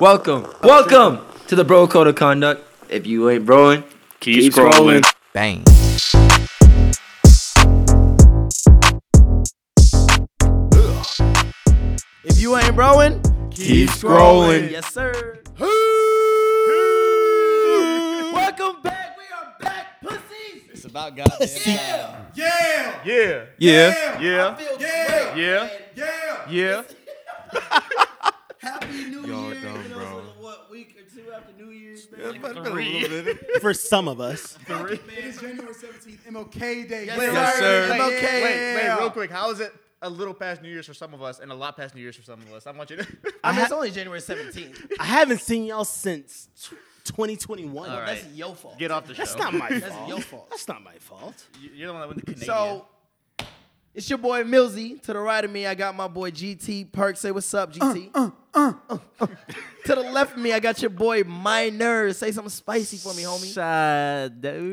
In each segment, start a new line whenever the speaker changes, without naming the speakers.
Welcome, welcome to the Bro Code of Conduct. If you ain't broing,
Keep, scrolling.
Bang.
If you ain't broin,
Keep scrolling.
yes sir.
welcome back. We are back, pussies.
It's about goddamn
Yeah, yeah,
Yeah.
Yeah.
Yeah.
yeah, yeah,
Yeah.
yeah.
Yeah.
Happy New
Y'all
Year.
dumb,
you know,
bro.
it's like, what week or two after New Year's? man? Like,
for some of us.
It is January 17th, MLK Day.
Yes,
Wait,
Yes, sir.
wait,
Wait,
MLK.
wait, wait, real quick. How is it a little past New Year's for some of us and a lot past New Year's for some of us? I want you to.
I,
I mean, it's
ha-
only January 17th.
I haven't seen y'all since t- 2021.
All right.
That's,
That's your fault.
Get off the show.
that's not my
That's
fault.
your fault.
That's not my fault.
You- You're the one that went to Canadian.
So,
It's your boy Millsy. To the right of me, I got my boy GT Perk. Say what's up, GT.
Uh,
to the left of me, I got your boy Minor. Say something spicy for me, homie.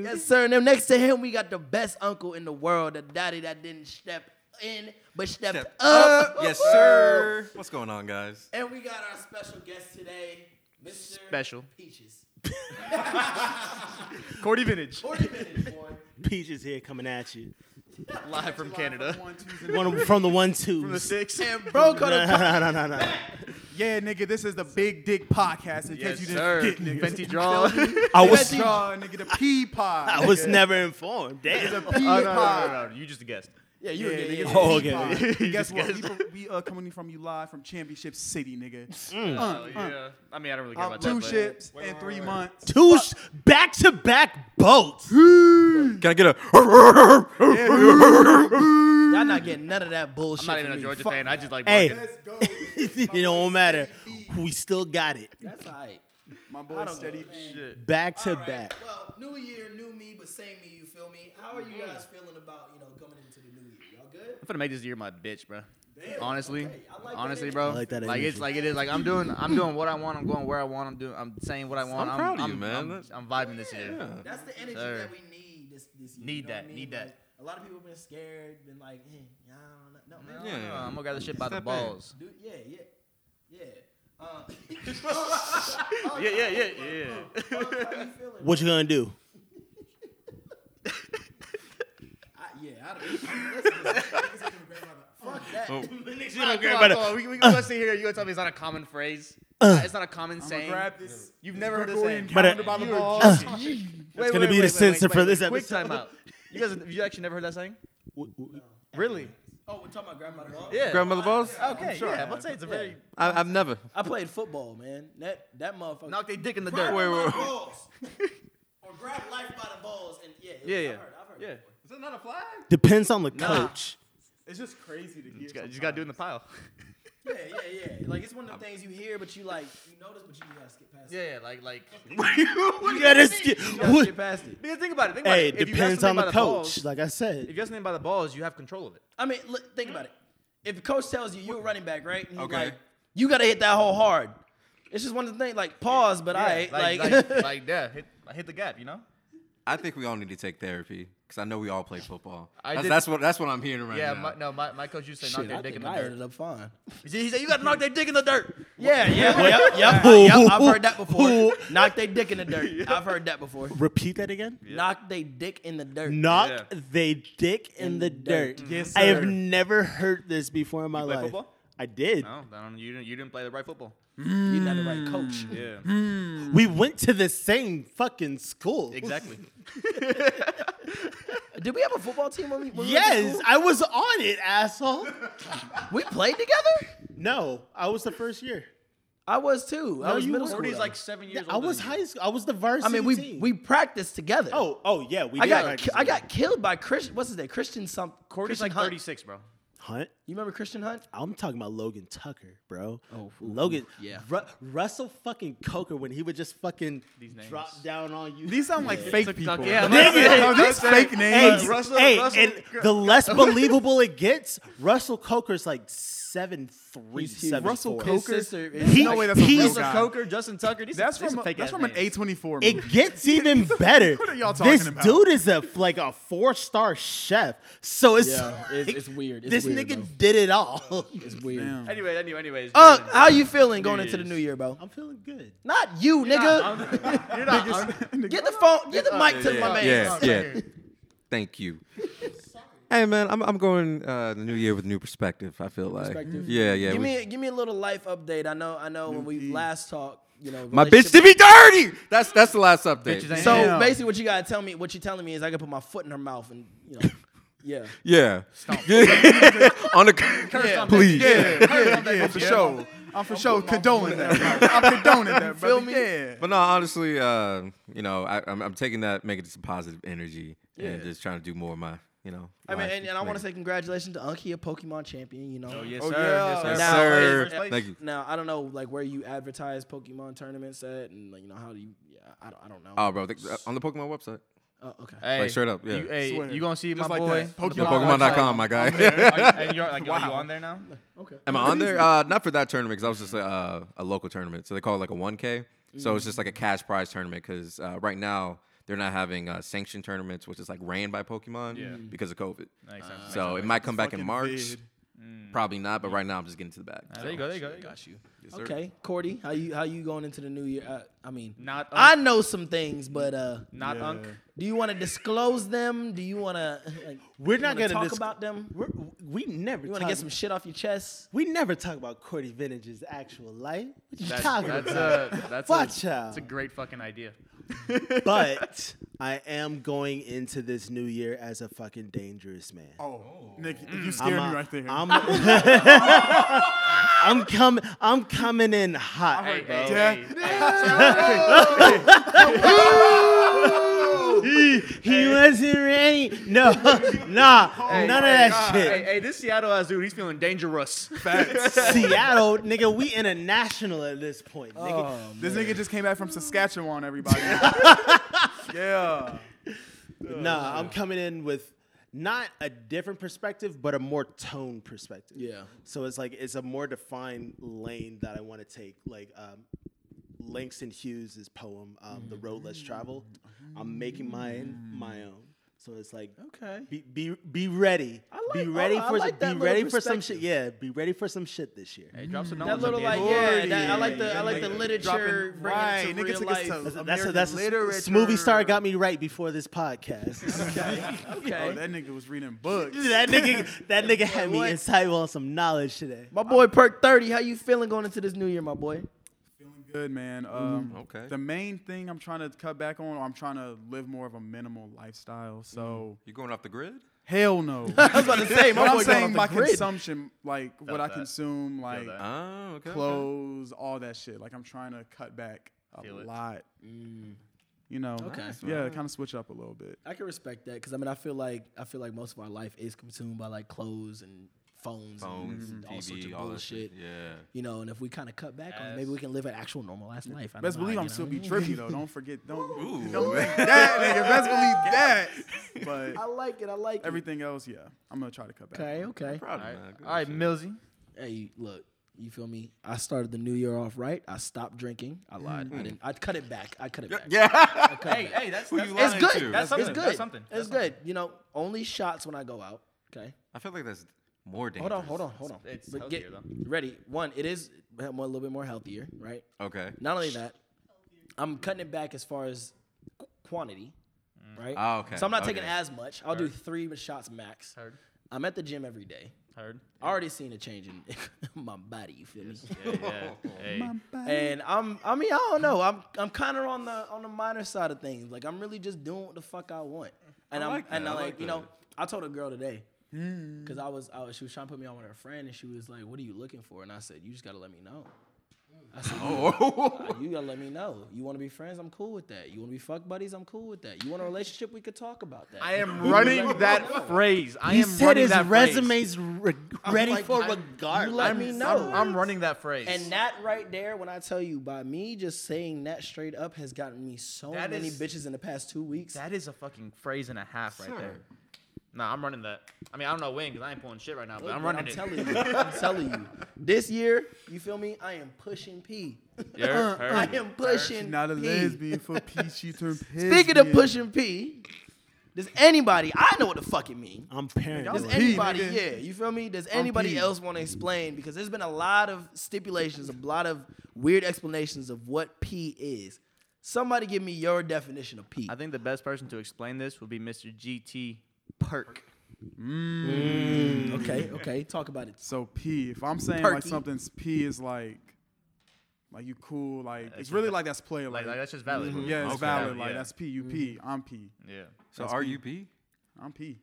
Yes, sir. And then next to him, we got the best uncle in the world, the daddy that didn't step in but stepped up.
Yes, sir. What's going on, guys?
And we got our special guest today, Mr.
Special.
Peaches.
Cordy Vintage.
40 minutes, boy.
Peaches here coming at you.
Live from Canada.
One of- from the one two.
From the six.
And bro,
no,
called
no, no, no, no, no.
yeah, nigga, this is the Big Dick Podcast. In
Yes,
case you
sir.
didn't get, nigga.
Fenty Draw.
I
Big
was
Dick Draw, nigga, the P Pod.
I was never informed.
The
Damn.
P
Oh, no, no, no,
Pod.
no, no. You just guessed.
Yeah,
Yeah,
you
nigga,
yeah,
it's
yeah.
the
Oh,
P Pod.
okay.
And
You
Guess
just
what?
guessed.
We, we uh, coming from you live from Championship City, nigga. Uh,
Oh, yeah. I mean, I don't really care
Um,
about that.
two
but-
ships in three months.
Two sh- back-to-back boats.
Can I get a?
Y'all not getting none of that bullshit.
I'm not even
from
a
me.
Georgia
Fuck,
fan. I just like.
Hey.
Morgan.
Let's go.
it don't matter. We still got it.
That's all right.
My boy Steady B.
Shit.
Back-to-back.
Well, new year, new me, but same me, you feel me? How are you
Mm-hmm.
guys feeling about, you know, coming into the new year? Y'all good?
I'm gonna make this year my bitch, bro. honestly, honestly, bro.
I like that
it's
energy.
like it is. Like I'm doing, I'm doing what I want. I'm going where I want. I'm doing, I'm saying what I want.
I'm proud of you,
I'm-
man.
I'm,
That's-
I'm vibing this year. Uh,
That's the energy
Sir.
that we need this, this year.
Need
you know what
that,
I mean?
need that.
Like, a lot of people have been scared, been like, eh, I don't know. No, man,
Yeah.
Uh, I'm gonna grab the shit by the
Step in.
balls.
Dude, yeah, yeah, yeah. Uh,
Yeah, yeah, yeah, yeah.
how you feeling?
What you gonna do?
I, yeah, I don't. listen, listen, Fuck that.
Oh.
Come on, come on. We, we gonna sit here. You gonna tell me it's not a common phrase? Uh, it's not a common saying.
Grab this.
You've never heard it
Gregorian
saying.
calendar
But,
by
uh,
the
You are
ball.
joking. Wait,
gonna
wait,
be
wait,
the
wait,
censor
wait,
for
wait.
this
Quick
episode.
timeout. You guys, have you actually never heard that saying?
W- w-
Really?
Oh, we're talking about grandma.
Yeah.
Grandmother balls?
Okay. Yeah. Let's say it's a very
I, I've never.
I played football, man. That that motherfucker.
knock their dick in the
grab
dirt.
Wait, wait,
my
wait.
balls. or grab life by the balls, and yeah,
Yeah,
I've
yeah.
heard, I've heard
Yeah.
it before.
Is that not a flag?
Depends on the coach.
It's just crazy to hear.
You just gotta do it in the pile.
Yeah, yeah, yeah. Like it's one of the things you hear, but you like you notice, but you gotta skip past it.
Yeah, like like.
You gotta skip.
You gotta
What-
skip past it.
Because think about it. Think
Hey,
about
it
it. If you got
depends
something
on the
by
coach.
balls-
like I
if
said,
you got something by the balls, you have control of it.
I mean, look, think about it. If the coach tells you you're a running back, right? And he's
Okay.
Like, you gotta hit that hole hard. It's just one of the things. Like pause, but I like,
like, like, like, yeah, hit, I hit the gap, you know?
I think we all need to take therapy because I know we all play football.
I
That's,
did-
that's what that's what I'm hearing right
Yeah,
now.
my, no, my, my coach used to say knock
shit,
their
I
dick in
think
the
I ended
dirt.
up fine.
He said- he said, you gotta knock their dick in the dirt.
Yeah, yeah, yep, yep, yep. I've heard that before. Knock they dick in the dirt. I've heard that before.
repeat that again.
Knock they dick in the dirt.
Knock
Yeah.
they dick in, the dirt.
Yes,
I have
sir.
never heard this before in my
play
life.
football? Oh.
I did.
No, I don't- you didn't, you didn't play the right football.
You're not the right coach.
Mm.
Yeah,
We went to the same fucking school.
exactly.
Did we have a football team when we? When we went to
Yes,
school?
I was on it, asshole.
we played together.
No, I was the first year.
I was too. I
No,
was
you
middle
weren't.
school.
He's
though.
like seven years old.
I was high school. I was the varsity.
I mean, we
team.
we practiced together.
Oh, oh yeah, we.
I
did
got
practice
ki- I
together.
got killed by Christian. What's his name? Christian some Christian
He's like
Hunt.
36, bro.
Hunt.
You remember Christian Hunt?
I'm talking about Logan Tucker, bro.
Oh, ooh,
Logan.
ooh, yeah.
Ru- Russell fucking Coker when he would just fucking
These names.
drop down on you.
These sound like fake people.
yeah, I'm
Nigga,
like-
no, these fake
Hey,
names.
Russell-
hey,
Russell-
and the less believable it gets, Russell Coker's like seven three,
He's huge.
seven
Russell
four.
His
Coker?
sister is
He-
like-
No way that's a
he's
real
a
guy.
Coker, Justin Tucker. These
That's
these
from
fake
that's
ass
from an
names.
A24 movie.
It gets even better.
What are y'all
this
talking about?
dude is a like a four star chef. So it's
Yeah, it's-
like,
it's weird. It's
this
weird,
nigga
bro.
did it all.
It's weird.
Damn.
Anyway, anyway, anyways.
Uh,
Jordan.
how you feeling going
New
into the
Year's.
new year, bro?
I'm feeling good.
Not you,
Nah,
nigga.
I'm- You're not. I'm-
Get the phone. Get the mic to
yeah,
my man.
yeah,
Yeah.
yeah. Thank you. hey man, I'm I'm going uh, the new year with a new perspective. I feel like
Perspective.
yeah, yeah.
Give
we-
me a, give me a little life update. I know I know when we last talked, you know,
my bitch
relationship-
to be dirty. That's that's the last update.
Bitches ain't-
So
Damn.
basically, what you gotta tell me, what you telling me is I can put my foot in her mouth and you know, yeah.
yeah. Yeah. On the
Yeah.
please.
yeah, for sure. I'm for sure condoling that. bro. I'm condoning that, bro.
me?
Yeah.
But no, honestly, uh, you know, I, I'm, I'm taking that, making it some positive energy, and just trying to do more of my, you know.
I mean,
life
and, and I want to
thing.
say congratulations to Unky, a Pokemon champion. You know,
Oh, yes,
Oh,
sir.
yeah.
Yes, sir.
Yes,
Now,
sir.
it's-
Thank you.
Now I don't know like where you advertise Pokemon tournaments at, and like, you know how do you? Yeah, I don't, I don't know.
Oh, bro, th- on the Pokemon website,
Oh, okay.
Hey,
Like, straight up, yeah.
You, hey,
Swear.
you gonna see
Just
my
like
boy?
that.
on the
Pokemon.
Pokemon
Pokemon.com, my
website?
guy.
Are you, and you're like, are you on there now?
Am I on there? Uh, not for that tournament because I was just a, uh, a local tournament, so they call it like a 1K. So it's just like a cash prize tournament because uh, right now they're not having uh, sanctioned tournaments, which is like ran by Pokemon
Yeah.
because of COVID.
That makes sense.
so it might come back in
Fucking
March,
vid.
probably not. But right now I'm just getting to the bag.
Uh, There you go. There you go. There you go.
you.
Okay, Cordy, how you how you going into the new year? Uh, I mean,
Not Unc.
I know some things, but uh,
Not
Yeah.
Unc.
do you want to disclose them? Do you want to? Like,
We're
you
not
wanna
gonna
talk
disc-
about them.
We're, we never
You want to
talk,
get some shit off your chest?
We never talk about Cordy Vintage's actual life. What you
That's,
talking
that's
about?
a that's
Watch
a,
out.
It's a great fucking idea.
but I am going into this new year as a fucking dangerous man.
Oh, Nick, you scared
I'm
me
a-
right there.
I'm, I'm coming. I'm coming in hot,
Hey,
bro.
hey,
Yeah.
hey.
He, he wasn't ready. No, nah,
Hey,
none
hey,
of that
God.
shit.
Hey, hey, this Seattle Azul, he's feeling dangerous.
Facts.
Seattle, nigga, we international at this point, nigga.
This nigga just came back from Saskatchewan, everybody. yeah.
Nah, I'm coming in with not a different perspective, but a more tone perspective.
Yeah.
So it's like it's a more defined lane that I want to take. Like um, Langston Hughes' poem, um, "The Road
Mm.
Less Traveled." I'm making mine my own. So it's like
Okay.
be be, be ready.
like-
be
I-
ready
I
for
like that
be
little
ready for some shit.
perspective.
Yeah, be ready for some shit this year.
Hey, drop some
That
knowledge
little
on the
like
end.
yeah, that, I like the I like the
Like,
literature
dropping-
bringing
right,
it to
nigga
real
took us
life.
to-
That's a, that's a,
American
that's a s- movie
literature.
star got me right before this podcast.
Oh,
Okay,
that nigga was reading books.
that nigga, that nigga had me
What?
insightful on some knowledge today.
my boy Perk Thirty, how you feeling going into this new year, my boy?
Feeling good, man. Um,
Okay.
The main thing I'm trying to cut back on, I'm trying to live more of a minimal lifestyle. So
You going off the grid?
hell no.
I was about to say,
but
my
I'm
boy going
saying
off
my
the grid.
consumption, like what I
that.
consume, like
that.
Oh, okay. okay.
clothes, all that shit. Like I'm trying to cut back a
Feel it.
lot.
Mm.
You know.
Okay. Nice,
yeah, kind of switch up a little bit.
I can respect that because I mean I feel like I feel like most of our life is consumed by like clothes and phones,
Phones,
and all sorts
TV,
of
all that
bullshit.
shit. Yeah.
You know, and if we kind of cut back on it, maybe we can live an actual normal ass life. I don't
Best
know,
believe
you
I'm
know
still
what I
be
mean?
trippy though. Don't forget. Don't.
Ooh.
Don't think that nigga. Best believe that.
I
But
like it. I like
everything else, yeah, I'm gonna try to cut back.
it. Okay, okay.
Proud
All
of
right,
you, man. Good
all right,
shit.
Millsy.
Hey, look, you feel me? I started the new year off right. I stopped drinking. I lied. I didn't. I cut it back. I cut it back.
Yeah.
I cut
Hey,
it back.
hey, that's
Who
that's-
you
It's
lying
good.
to?
That's
That's something.
something.
It's good.
That's something. That's
It's good. You know, only shots when I go out. Okay.
I feel like that's more
Hold
dangerous.
on, hold on, hold on.
It's
But
healthier,
get
though.
ready. One, it is a little bit more healthier, right?
Okay.
Not only that, I'm cutting it back as far as qu- quantity, right?
Ah, okay,
So I'm not taking
okay.
as much. I'll do three shots max.
Heard.
I'm at the gym every day.
Heard.
I already seen a change in my body. You feel me?
Yeah, yeah. Hey.
And I'm, I mean, I don't know. I'm, I'm kind of on the on the minor side of things. Like I'm really just doing what the fuck I want. And
I
I'm,
like
and
that,
I
I
like,
like
you know,
that. Hmm.
I told a girl today, cause I was, I was, she was trying to put me on with her friend, and she was like, "What are you looking for?" And I said, "You just gotta let me know." I said, "You
Oh.
you gotta let me know. You want to be friends? I'm cool with that. You want to be fuck buddies? I'm cool with that. You want a relationship? We could talk about that.
I am running that phrase. I
He
am
said
running
his
that phrase.
resume's re- ready
like,
for
I'm-
regard.
you let
I'm-
me know.
I'm, I'm running that phrase.
and that right there, when I tell you, by me just saying that straight up has gotten me so
That
many
is-
bitches in the past two weeks.
that is a fucking phrase and a half right
Sir.
there. Nah, I'm running that. I mean, I don't know when because I ain't pulling shit right now, but
Look,
I'm
man,
running it.
telling you, I'm telling you, this year, you feel me? I am pushing P.
Yeah, heard.
I am pushing.
Not a
P.
lesbian for peace. You turn
Speaking of pushing P, Does anybody? I know what the fuck it means.
I'm parent.
Y'all
Does
P,
anybody?
nigga.
Yeah, you feel me? Does anybody
P.
else want to explain? Because there's been a lot of stipulations, a lot of weird explanations of what P is. Somebody give me your definition of P.
I think the best person to explain this would be Mr. GT Perk.
Mm.
okay, okay, talk about it.
So P, if I'm saying like
Perky.
something's P is like, like you cool, like it's really like that's play, like,
Like, like that's just valid.
Mm-hmm.
Mm-hmm.
yeah, it's
Okay.
valid, like
Yeah.
that's P, you P,
Mm-hmm.
I'm P,
Yeah.
So RUP?
I'm P.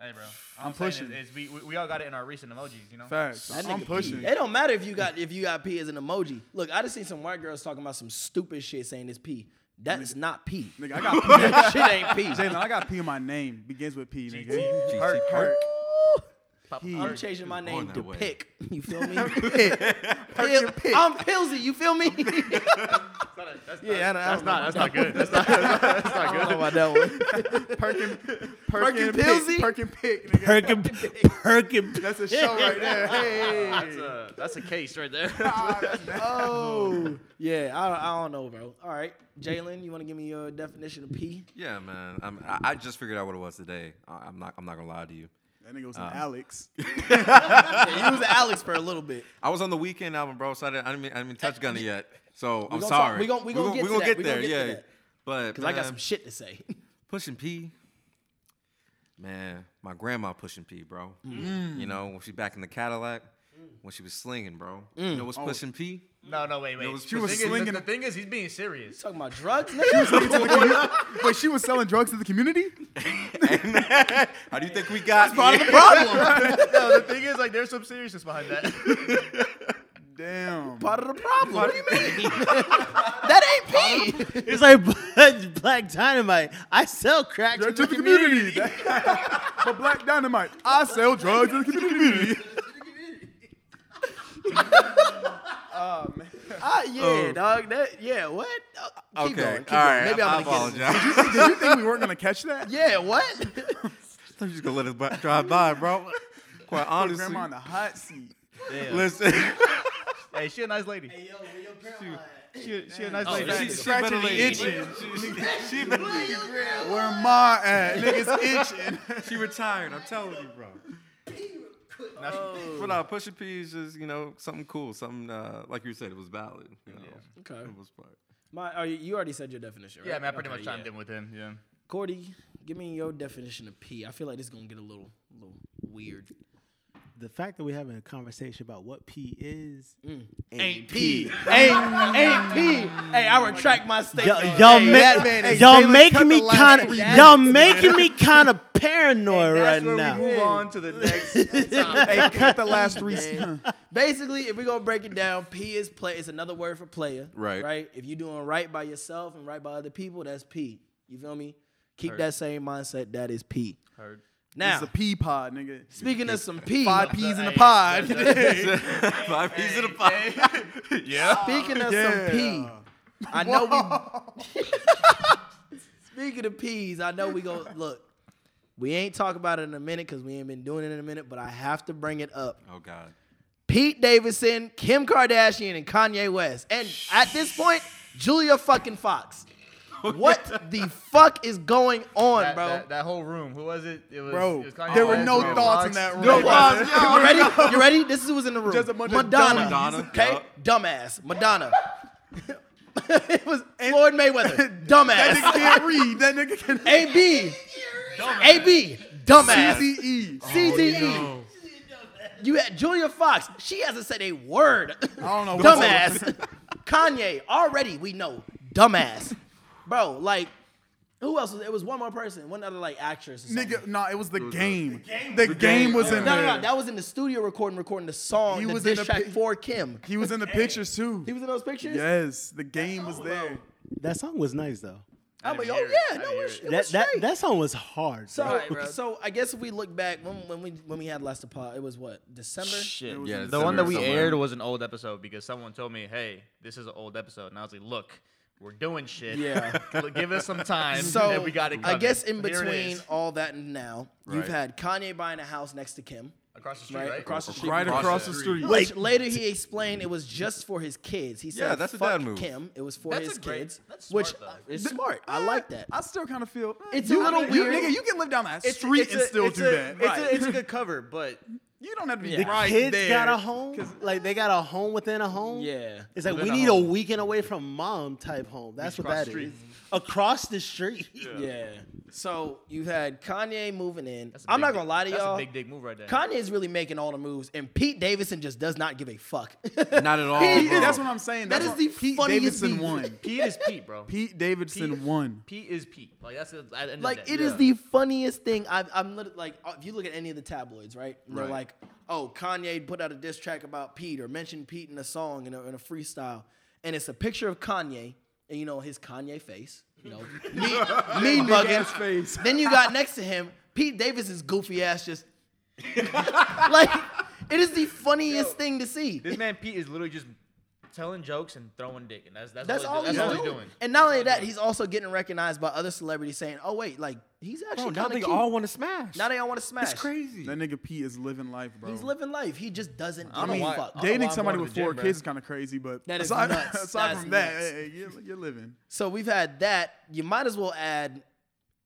Hey, bro. I'm, pushing.
pushing.
Is, is we, we we all got it in our recent emojis, you know.
Facts.
That
I'm
nigga
pushing.
P. It don't matter if you got if you got P as an emoji. Look, I just seen some white girls talking about some stupid shit saying it's P. That is not P.
Nigga, I got P.
that shit ain't P.
Jalen, I got P in my name. Begins with P, nigga.
GT
Perk.
Perk.
P.
I'm changing my name
that
to
way.
Pick. You feel me? Pil- I'm Pilsy. You feel me? yeah, I don't, I don't know.
That's not good. That's
I don't know about that one.
Perkin, Perkin,
Perkin
Pick,
Pilsy?
Perkin Pick, nigga.
Perkin, Perkin.
That's a show right there. Hey.
a that's a case right there.
Oh, yeah. I, don't- I don't know, bro. All right, Jalen, you want to give me your definition of P?
Yeah, man. I'm, I I just figured out what it was today. I- I'm not. I'm not gonna lie to you.
That nigga was an Alex.
Yeah, you was Alex for a little bit.
I was on the weekend album, bro. So I didn't. I didn't, mean, I didn't touch Gunna yet. So I'm
gonna talk-
sorry.
Eh, we gon- we gonna
gon-
get to that.
get
We gonna
there.
get to
yeah.
that.
But
Cause I got
man,
some shit to say.
pushing P. Man, my grandma pushing P, bro.
Mm.
You know when she back in the Cadillac, when she was slinging, bro.
Mm.
You know what's
Oh.
pushing P?
No, no, wait, wait.
was-
The
she was
thing is- the-
slinging-
the thing is, he's being serious.
Talking about drugs, nigga.
Wait, she was selling drugs to the community?
How do you think we got?
no, the thing is, like, there's some seriousness behind that.
Damn.
Part of the problem. What do you mean? that ain't P.
It's like Black Dynamite. I sell crack to
Drug
the community.
but Black Dynamite, I sell drugs to the community.
Ah, yeah, dog. That yeah. What? Uh,
okay,
Oh,
keep going. Keep
all right.
going. Maybe
I,
I'm
I
gonna get it.
apologize.
Did you think we weren't gonna catch that?
Yeah, what?
I'm just gonna let it bu- drive by, bro. Quite
Put
honestly,
grandma in the hot seat.
listen.
hey, she a nice lady. she, she a nice
Oh,
lady.
she-
Facts.
better lay-
She better Where ma at? Niggas itching.
She retired. I'm telling you, bro. But nah, Pusha P is just you know something cool, something uh, like you said, it was valid. You know,
okay.
for the most part.
My, oh, you- you already said your definition, right?
Yeah, I mean, I pretty much chimed
yeah.
in with him. Yeah.
Cordy, give me your definition of P. I feel like this is gonna get a little, little weird.
The fact that we're having a conversation about what P is, uh,
Ain't P. Ain't ain't P. Hey, I retract my statement.
y'all, y'all,
Oh, Hey,
ma-
that man is-
y'all
Jalen cut
making
the
me
last
kind
three
of y'all making me kind of paranoid right now.
move on to the next.
Hey, cut the last three.
Basically, if we're gonna break it down, P is play. It's another word for player.
Right.
Right. If you're doing right by yourself and right by other people, that's P. You feel me? Keep that same mindset. That is P.
Heard.
Now,
It's a pea pod, nigga.
speaking of some P,
Five peas in the
Hey,
pod.
Five pieces of the pie.
Speaking of some
Yeah.
pee, I know we. Speaking of peas, I know we go look. We ain't talk about it in a minute because we ain't been doing it in a minute, but I have to bring it up.
Oh God.
Pete Davidson, Kim Kardashian, and Kanye West, and at this point, Julia fucking Fox. What the fuck is going on,
That,
bro?
that, that whole room. Who was it? It was.
Bro,
it was Kanye
there were
West,
no
Megan
thoughts in
Fox.
that room.
No, pause. You ready? You ready? This is who was in the room.
Just a bunch of
Madonna.
dumb-
Okay,
Yup.
dumbass. Madonna. it was Floyd Mayweather. Dumbass.
Nigga can't read. That nigga can
AB. AB.
E.
Dumbass.
CTE.
CTE. You had Julia Fox. She hasn't said a word.
I don't know what-
Dumbass. Kanye. Already we know. Dumbass. Bro, like, who else? Was, it was one more person. One other like actress. Or something.
Nigga, nah, it was the game. The game was in
No, no,
there.
no. That was in the studio recording, recording the song.
He
the
was
diss
in a
track
pi-
for Kim.
He was in the pictures too.
He was in those pictures.
Yes, the game was there.
That song was nice though.
I'm like,
didn't
oh
hear it. I
yeah, no,
didn't
it
hear
was,
it.
it
That
was
that,
straight.
that song was hard.
so,
bro.
bro. so I guess if we look back when, when we when we had last the pod, it was what December.
Shit.
was
Yeah,
in
it's
The one that we
somewhere.
aired was an old episode because someone told me, "Hey, this is an old episode," and I was like, "Look, we're doing shit.
Yeah.
Look, give us some time.
So
and we got it.
I
covered."
guess in
Here it
between
is.
all that and now, you've
Right.
had Kanye buying a house next to Kim.
across the street, right?
Across the street.
Across
Right
the
across the
street.
street.
Which later he explained it was just for his kids. He said,
Yeah, that's a
Fuck
dad move."
Kim. It was for
That's
his
a great-
kids.
that's
which
smart,
uh,
though.
is smart. I like that.
I still kind of feel eh,
It's
you,
a little
you-
weird.
nigga, you can live down that street and still do that.
It's, a, it's a good cover, but
You don't have to be
Yeah.
right
Kids
there.
got a home, like they got a home within a home.
Yeah.
it's like we
Within a
need a
home.
weekend away from mom type home. That's what
across
that
the
is.
street.
Across the street.
Yeah. So you've had Kanye moving in.
That's a
I'm
big
not
dick-
gonna lie to
That's
y'all.
a big dick move right there.
Kanye's really making all the moves, and Pete Davidson just does not give a fuck.
Not at all.
He-
bro.
That's what I'm saying.
That
That's
is
what-
the
Pete
funniest
Davidson
beef.
won.
Pete is Pete, bro.
Pete
Pete is-
Davidson won.
Pete is Pete. Like that's the, at the end of
like
the day.
it is the funniest thing. I've, I'm lit- like, uh, if you look at any of the tabloids, right? And They're
Right.
like, oh, Kanye put out a diss track about Pete or mentioned Pete in a song in a, in a freestyle, and it's a picture of Kanye and you know his Kanye face, you know, mean, mean mugging.
Big-ass face.
Then you got next to him Pete Davidson's goofy ass just like it is the funniest thing to see.
This man Pete is literally just telling jokes and throwing dick, and that's that's,
That's all he's,
that's
doing.
all he's doing.
And not only that, he's also getting recognized by other celebrities saying, "Oh wait, like he's
Bro,
actually
now
kind
they
of cute."
all want to smash.
now they all want to smash.
That's crazy.
That nigga Pete is living life, bro.
He's living life. He just doesn't give
I mean,
a fuck.
don't know why
dating
I'm
somebody
going to
with
the gym,
four
bro.
kids is kind of crazy, but
That is
aside,
nuts.
aside
That is
from that,
nuts.
hey, hey, you're, you're living.
So we've had that. You might as well add.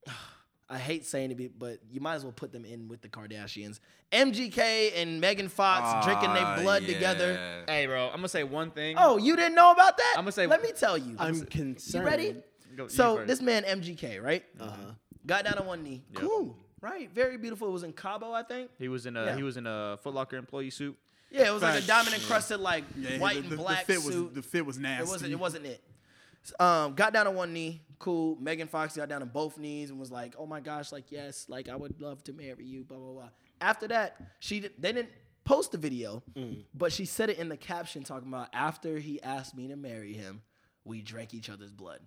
I hate saying it, but you might as well put them in with the Kardashians. MGK and Megan Fox drinking
Ah,
their blood
yeah.
together.
Hey, bro, I'm gonna say one thing.
Oh, you didn't know about that?
I'ma say-
Let me tell you.
I'm
You
concerned.
ready?
Go- you
So
first.
this man MGK, right?
Uh-huh.
Got down on one knee. Cool, right? Very beautiful. It was in Cabo, I think.
he was in a
Yeah.
he was in a Foot Locker employee suit.
Yeah, it was like a
Facts.
diamond encrusted, like
Yeah,
white
the,
and
the- the
black
fit
suit.
Was, the fit was nasty.
It wasn't. It wasn't it. S- Um, got down on one knee. Cool. Megan Fox got down on both knees and was like, "Oh my gosh, like yes, like I would love to marry you." Blah blah blah. After that, she di- they didn't post the video,
Mm.
but she said it in the caption talking about after he asked me to marry him, we drank each other's blood.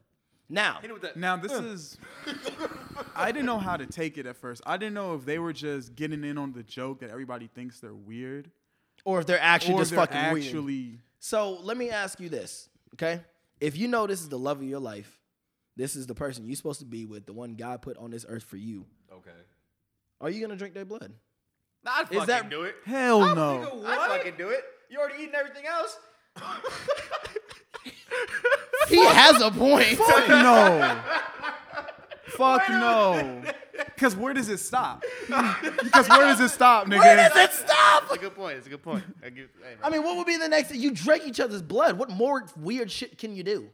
Now,
Now this
Mm.
is. I didn't know how to take it at first. I didn't know if they were just getting in on the joke that everybody thinks they're weird,
or if they're actually
or
just
they're
fucking weird.
actually.
So let me ask you this, okay? If you know this is the love of your life, this is the person you're supposed to be with, the one God put on this earth for you,
Okay.
are you gonna drink their blood?
I'd fucking
that-
do it.
Hell no.
I'd fucking do it. You already eating everything else.
He has a point.
Fuck no. Fuck no. Because where does it stop? Because where does it stop, nigga?
stop?
it's a good point. It's a good point. I, give, hey, bro.
I mean, what would be the next? You drank each other's blood. What more weird shit can you do?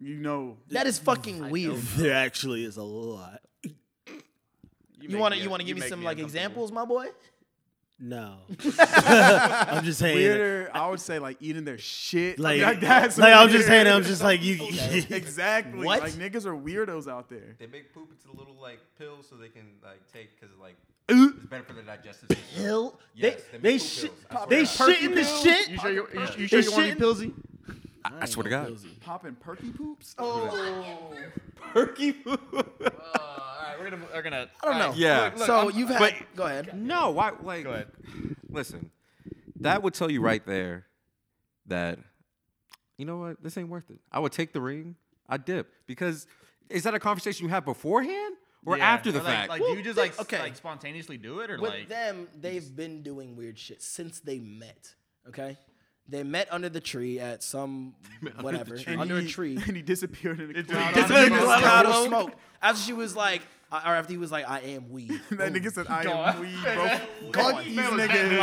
You know.
That is fucking weird.
There actually is a lot.
You
make
want to
me-
you want to give me
make
some
me
like
uncomfortable.
examples, my boy?
No, I'm just saying.
Weirder, I would say like eating their shit.
Like,
Like, that's
like I'm just
weird.
saying. I'm just like you.
exactly.
What?
Like niggas are weirdos out there.
They make poop into little like pills so they can like take because like
Ooh.
it's better for their digestive system.
Hill.
Yes,
they
them
they,
poop
shit.
pills. I swear
They
to God.
shit in the shit.
you sure you, you, you,
They
sure you want to
shitting-
be pilsy?
I, I swear to God.
Popping perky poops. Oh,
Uh, all right, we're gonna we're gonna.
I
uh,
don't know.
Yeah. Look,
so you've had.
but-
go ahead.
No, why? Like,
ahead.
listen, that would tell you right there that you know what this ain't worth it. I would take the ring. I dip because is that a conversation you have beforehand or
Yeah,
after the
or, like-
fact?
Like, do you just like s-
okay.
like spontaneously do it or
With
like?
them, they've been doing weird shit since they met. Okay, they met under the tree at some whatever under a tree.
And he disappeared in the cloud.
After she
That
was-
nigga-
after smoke. After she was like, uh, or after he was like, I am weed.
That nigga said, I am weed, bro. Fuck these niggas.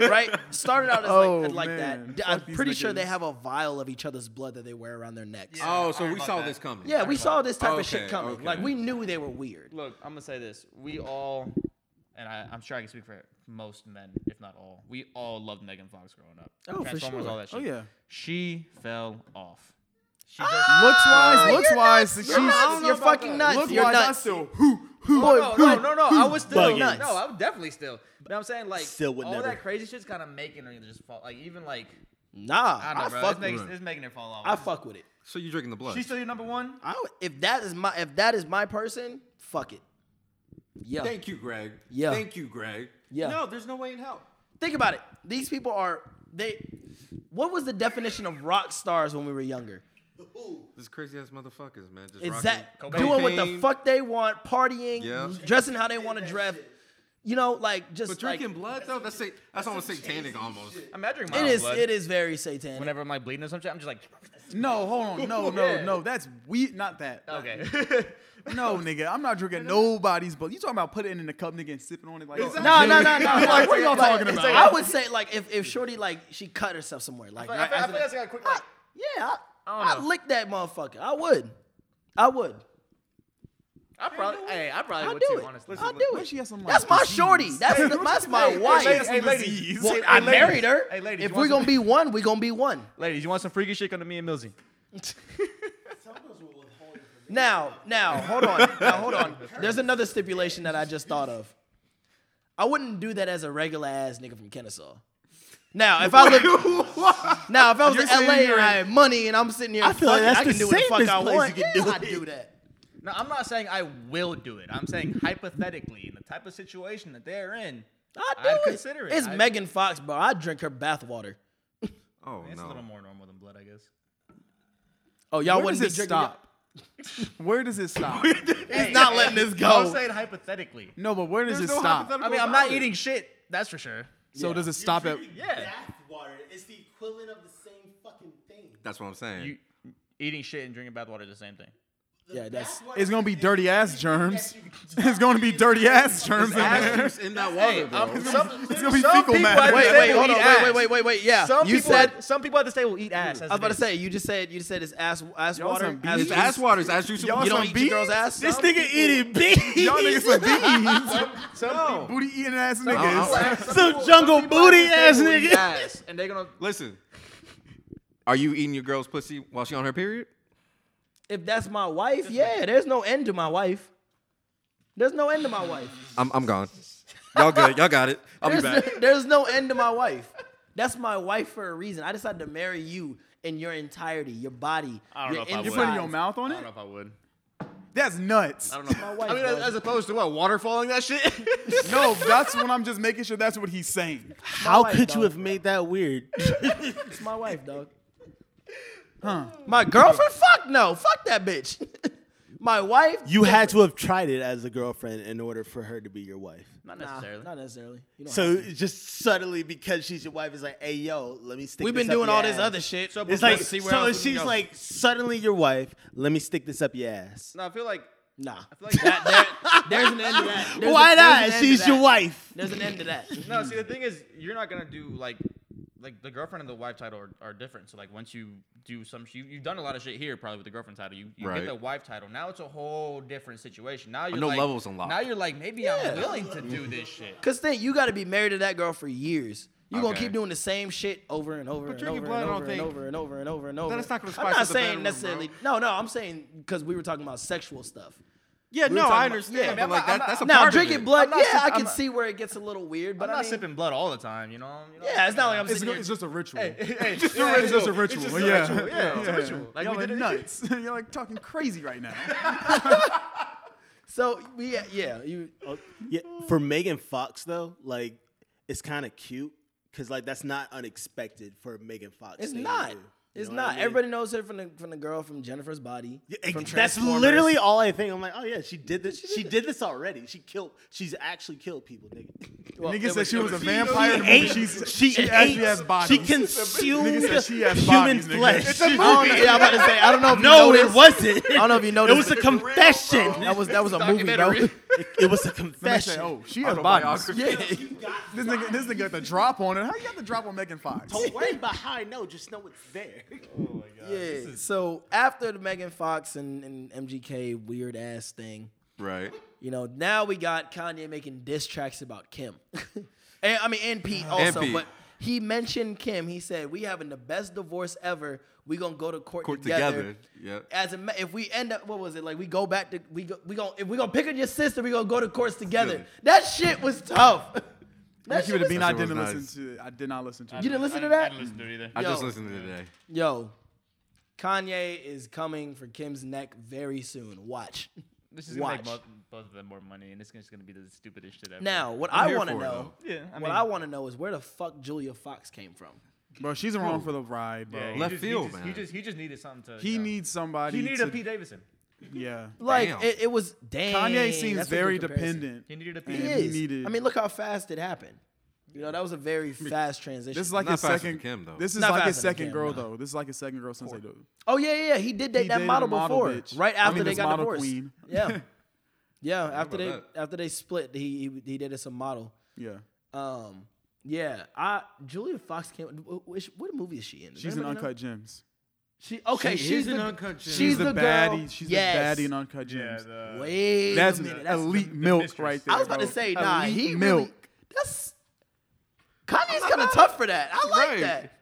like right started out as
Oh,
like, like
man.
that. D-
Fuck
I'm
these
pretty sure
niggas.
they have a vial of each other's blood that they wear around their necks. Yeah,
oh, so
I heard
we
about
saw
that.
this coming.
we saw this type of shit
Okay,
coming.
okay.
Like we knew they were weird.
Look, I'm gonna say this. We all, and I, I'm sure I can speak for most men, if not all. We all loved Megan Fox growing up.
Oh, for sure.
all that
Oh,
shit.
yeah.
She fell off. She
Looks wise, looks wise.
You're, nuts. You're fucking nuts.
Look
You're
wise, I
nuts.
still who who
Boy,
just. No, no, no, no. I was still
bugging?
nuts. No, I was definitely still. But I'm saying like
Still would
all
never.
that crazy shit's kind of making her just fall. Like even like
Nah,
I don't know,
I
bro.
fuck.
it's,
With,
makes, it's making her fall off.
I fuck with it.
So you're drinking the blood.
She's still your number one.
I would- if that is my if that is my person, fuck it. Yeah.
Thank you, Greg.
Yeah.
Thank you, Greg.
Yeah.
No, Oh, there's no way in hell.
Think about it. These people are they. What was the definition of rock stars when we were younger?
This crazy ass motherfuckers, man. Just
Is
rocking
that
cocaine.
doing what the fuck they want, partying,
Yeah.
dressing how they want to dress, You know, like just
But drinking
like,
blood though, that's sa- that's almost satanic almost.
Imagine my
It is.
blood.
It is very satanic.
Whenever I'm like bleeding or something, I'm just like,
No, hold on. No, no, no. That's we not that.
okay.
No, nigga. I'm not drinking nobody's but you talking about putting it in the cup nigga and sipping on it like oh,
Exactly.
no, no, no, no.
Like,
like,
what are y'all
like,
talking
it's
about?
Like, I would say like if, if Shorty like she cut herself somewhere like
I
right
feel, I feel
after that-
that's like a quick like,
yeah, I,
I
I,
don't know.
lick that motherfucker. I would, I would.
I probably, hey, I probably
I'll
would
do
too,
it.
honestly.
I'll do
what if
it.
she has some, like,
that's my
disease?
shorty. That's the, that's my wife.
ladies, hey, ladies.
Well,
Hey,
I
ladies.
married her.
Hey, ladies,
if
you
we're
want
gonna be one, we're gonna be one.
Ladies, you want some freaky shit under me and Millsy?
Now, now, hold on. Now, hold on. There's another stipulation that I just thought of. I wouldn't do that as a regular ass nigga from Kennesaw. Now, if I lived, now if I was in
saying
LA
you're
and I
in-
had money and I'm sitting here, I
feel like that's
I can
the
do what the fuck
safest
I
place
want.
you
Yeah,
can do
I'd
it.
do that.
No, I'm not saying I will do it. I'm saying hypothetically, in the type of situation that they're in,
I'd do
I'd
it.
consider it.
It's
I'd-
Megan Fox, bro. I'd drink her bathwater.
Oh
it's a
no.
little more normal than blood, I guess.
Oh, y'all
Where
wouldn't
does
be
it
drinking.
stop? Where does it stop?
He's
not letting this go.
I'm saying hypothetically.
no, but where does
There's
it
no
stop?
hypothetical
I mean, I'm not
about it.
eating shit. That's for sure.
So does it stop at?
Yeah.
water. It's the equivalent of the same fucking thing.
That's what I'm saying.
You eating shit and drinking bathwater is the same thing.
Yeah, that's
It's gonna be dirty ass germs. It's gonna be dirty ass germs in
Ass
there.
juice in that water, bro.
some
It's gonna be fecal matter.
Wait, wait, hold on, wait, wait, wait, wait, wait. Yeah,
Some
you
people
said.
at, some people at this table eat ass.
I was about to say you just said you just said it's ass ass
Y'all
water.
some
Ass
It's
juice.
ass water. It's ass juice. in water.
you don't eat your girl's ass.
This nigga eating beef.
Y'all niggas some bees.
No.
Booty eating
I'll-
ass niggas.
I'll-
Some jungle booty ass
eat
nigga.
ass, and they're gonna.
Listen. Are you eating your girl's pussy while she on her period?
If that's my wife, yeah, there's no end to my wife. There's no end to my wife.
I'm I'm gone. Y'all good. Y'all got it. I'll be
There's,
back.
there's no end to my wife. That's my wife for a reason. I decided to marry you in your entirety, your body,
I don't
your
know if I would.
insides.
You putting your mouth on
I don't
it?
know if I would.
That's nuts.
I don't know. If
My wife,
I mean,
bro.
as, as opposed to what waterfalling that shit.
No, that's when I'm just making sure that's what he's saying.
How
wife,
could
dog.
you have made that weird?
It's my wife, dog.
Huh.
My girlfriend? Fuck no. Fuck that bitch. my wife?
You had to have tried it as a girlfriend in order for her to be your wife.
Not
Nah,
necessarily.
not necessarily. You don't
So
have to.
just subtly because she's your wife is like, hey yo, let me stick.
we've
this
been
up
doing
your
all this
ass."
other shit. So
It's like so she's like suddenly your wife. Let me stick this up your ass.
No, I feel like.
nah.
I feel like that,
There's an end to that. There's
Why
a- there's an
not?
end to
She's your
that.
wife.
There's an end to that.
no, see, the thing is, you're not gonna do like, like the girlfriend and the wife title are, are different. So like, once you do some, you you've done a lot of shit here, probably with the girlfriend title. You, you
Right.
get the wife title. Now it's a whole different situation. Now you're
no
like,
levels unlocked.
Now you're like, maybe I'm willing to do this shit.
Cause think you got to be married to that girl for years. You gonna
Okay.
keep doing the same shit over and over and
drinking
over,
blood,
and
I don't
over, and
think-
over and over and over and over.
That's not gonna
I'm
spice
not
up the
saying
bedroom,
necessarily. No, no, I'm saying because we were talking about sexual stuff.
Yeah,
were
no,
talking
I
about-
understand.
yeah,
but like
I'm
that,
not-
that's a
Now
part of
drinking
it.
blood,
I'm
yeah,
not sip-
I can
I'm not-
see where it gets a little weird, but
I'm
I
not
mean,
sipping blood all the time, you know. You know?
yeah, it's not like I'm
It's,
sitting here.
it's just a ritual.
Hey, it's
Yeah, it's just a ritual.
It's just
well,
a
yeah.
ritual. Yeah, it's a ritual. Like
Y'all
we
are
did it.
nuts. You're like talking crazy right now.
So yeah, yeah, you. oh,
Yeah, for Megan Fox though, like it's kind of cute because like that's not unexpected for Megan Fox.
It's
thing to
not.
do. You
It's
know what I
not.
mean?
Everybody knows her from the from the girl from Jennifer's Body.
Ex-
from
That's
Transformers.
literally all I think. I'm like, oh yeah, she did this. She did this already. She killed. She's actually killed people, nigga.
Nigga said she was a
she-
vampire. in the movie.
ate-
She's-
she
actually
ate-
has
She
bodies. Nigga
consumed
said she has
human
bodies, nigga.
flesh.
It's
I don't know- yeah, I'm about to say. I don't know if
no,
you
it
noticed.
wasn't.
I don't know if you
It
noticed.
was a confession.
Oh, That was that was a movie, bro.
documentary.
It, it was a
Let me say,
confession.
oh, she has bodies.
Autobiography.
Yeah.
This nigga, this nigga got the drop on it. How you got the drop on Megan Fox?
Don't worry about how I know. Just know it's there.
Yeah. so after the Megan Fox and, and MGK weird ass thing,
Right.
you know, now we got Kanye making diss tracks about Kim. and I mean, and Pete also,
Pete.
but he mentioned Kim. He said, "We having the best divorce ever. We gonna go to court,
Court
together."
together. Yeah.
As a, ma- if we end up, what was it like? We go back to we go, we gonna if we gonna pick on your sister, we gonna go to courts together.
Good.
That shit was tough. That
Nicki
shit
would have
was,
been.
That
I
shit was
didn't
nice.
listen to. I did not listen to.
you
it.
didn't listen to
I
that?
didn't listen to it either.
I just
Yo.
listened to it today.
Yo, Kanye is coming for Kim's neck very soon. Watch.
This is gonna make
Watch.
both, both of them more money, and it's just gonna be the stupidest shit ever.
Now, what
I'm
I
here
want to
for it,
know,
yeah, I
what I want to know is where the fuck Julia Fox came from.
Bro, she's wrong for the ride, bro.
yeah, he
Left
just-
field,
he just,
man.
He just he just needed something to.
He
you know,
needs somebody.
He needed
to,
a Pete Davidson.
Yeah.
Like
Damn.
it, it was damn.
Kanye seems
that's a good
very
comparison.
dependent.
He needed a
He
and
is.
needed-
I mean, look how fast it happened. You know, that was a very fast transition.
This is like
Not
his
faster than
second.
Kim, though.
This is
Not
like his
faster than
second
Kim,
girl
nah.
though. This is like his second girl since they do.
oh yeah, yeah, yeah. He did date
He
that
dated a
model,
model
before,
bitch.
right
I
after
mean,
they
this
got
model
divorced.
queen.
Yeah, yeah. After they
about
after they split, he he- he did it as a model.
Yeah.
Um, yeah. I Julia Fox came. wh- wh- What movie is she in? Does
She's in
anybody know?
Uncut Gems.
She okay.
She is
she's
in
the,
Uncut Gems.
She's,
She's
the,
the
girl.
baddie. She's
yes.
the baddie in Uncut Gems.
Wait
That's
a minute. That's
elite
the-
milk
mistress.
right there.
I was about
bro.
to say, nah,
elite
he
milk.
really. That's Kanye's kind of tough for that. I like
Right.
that.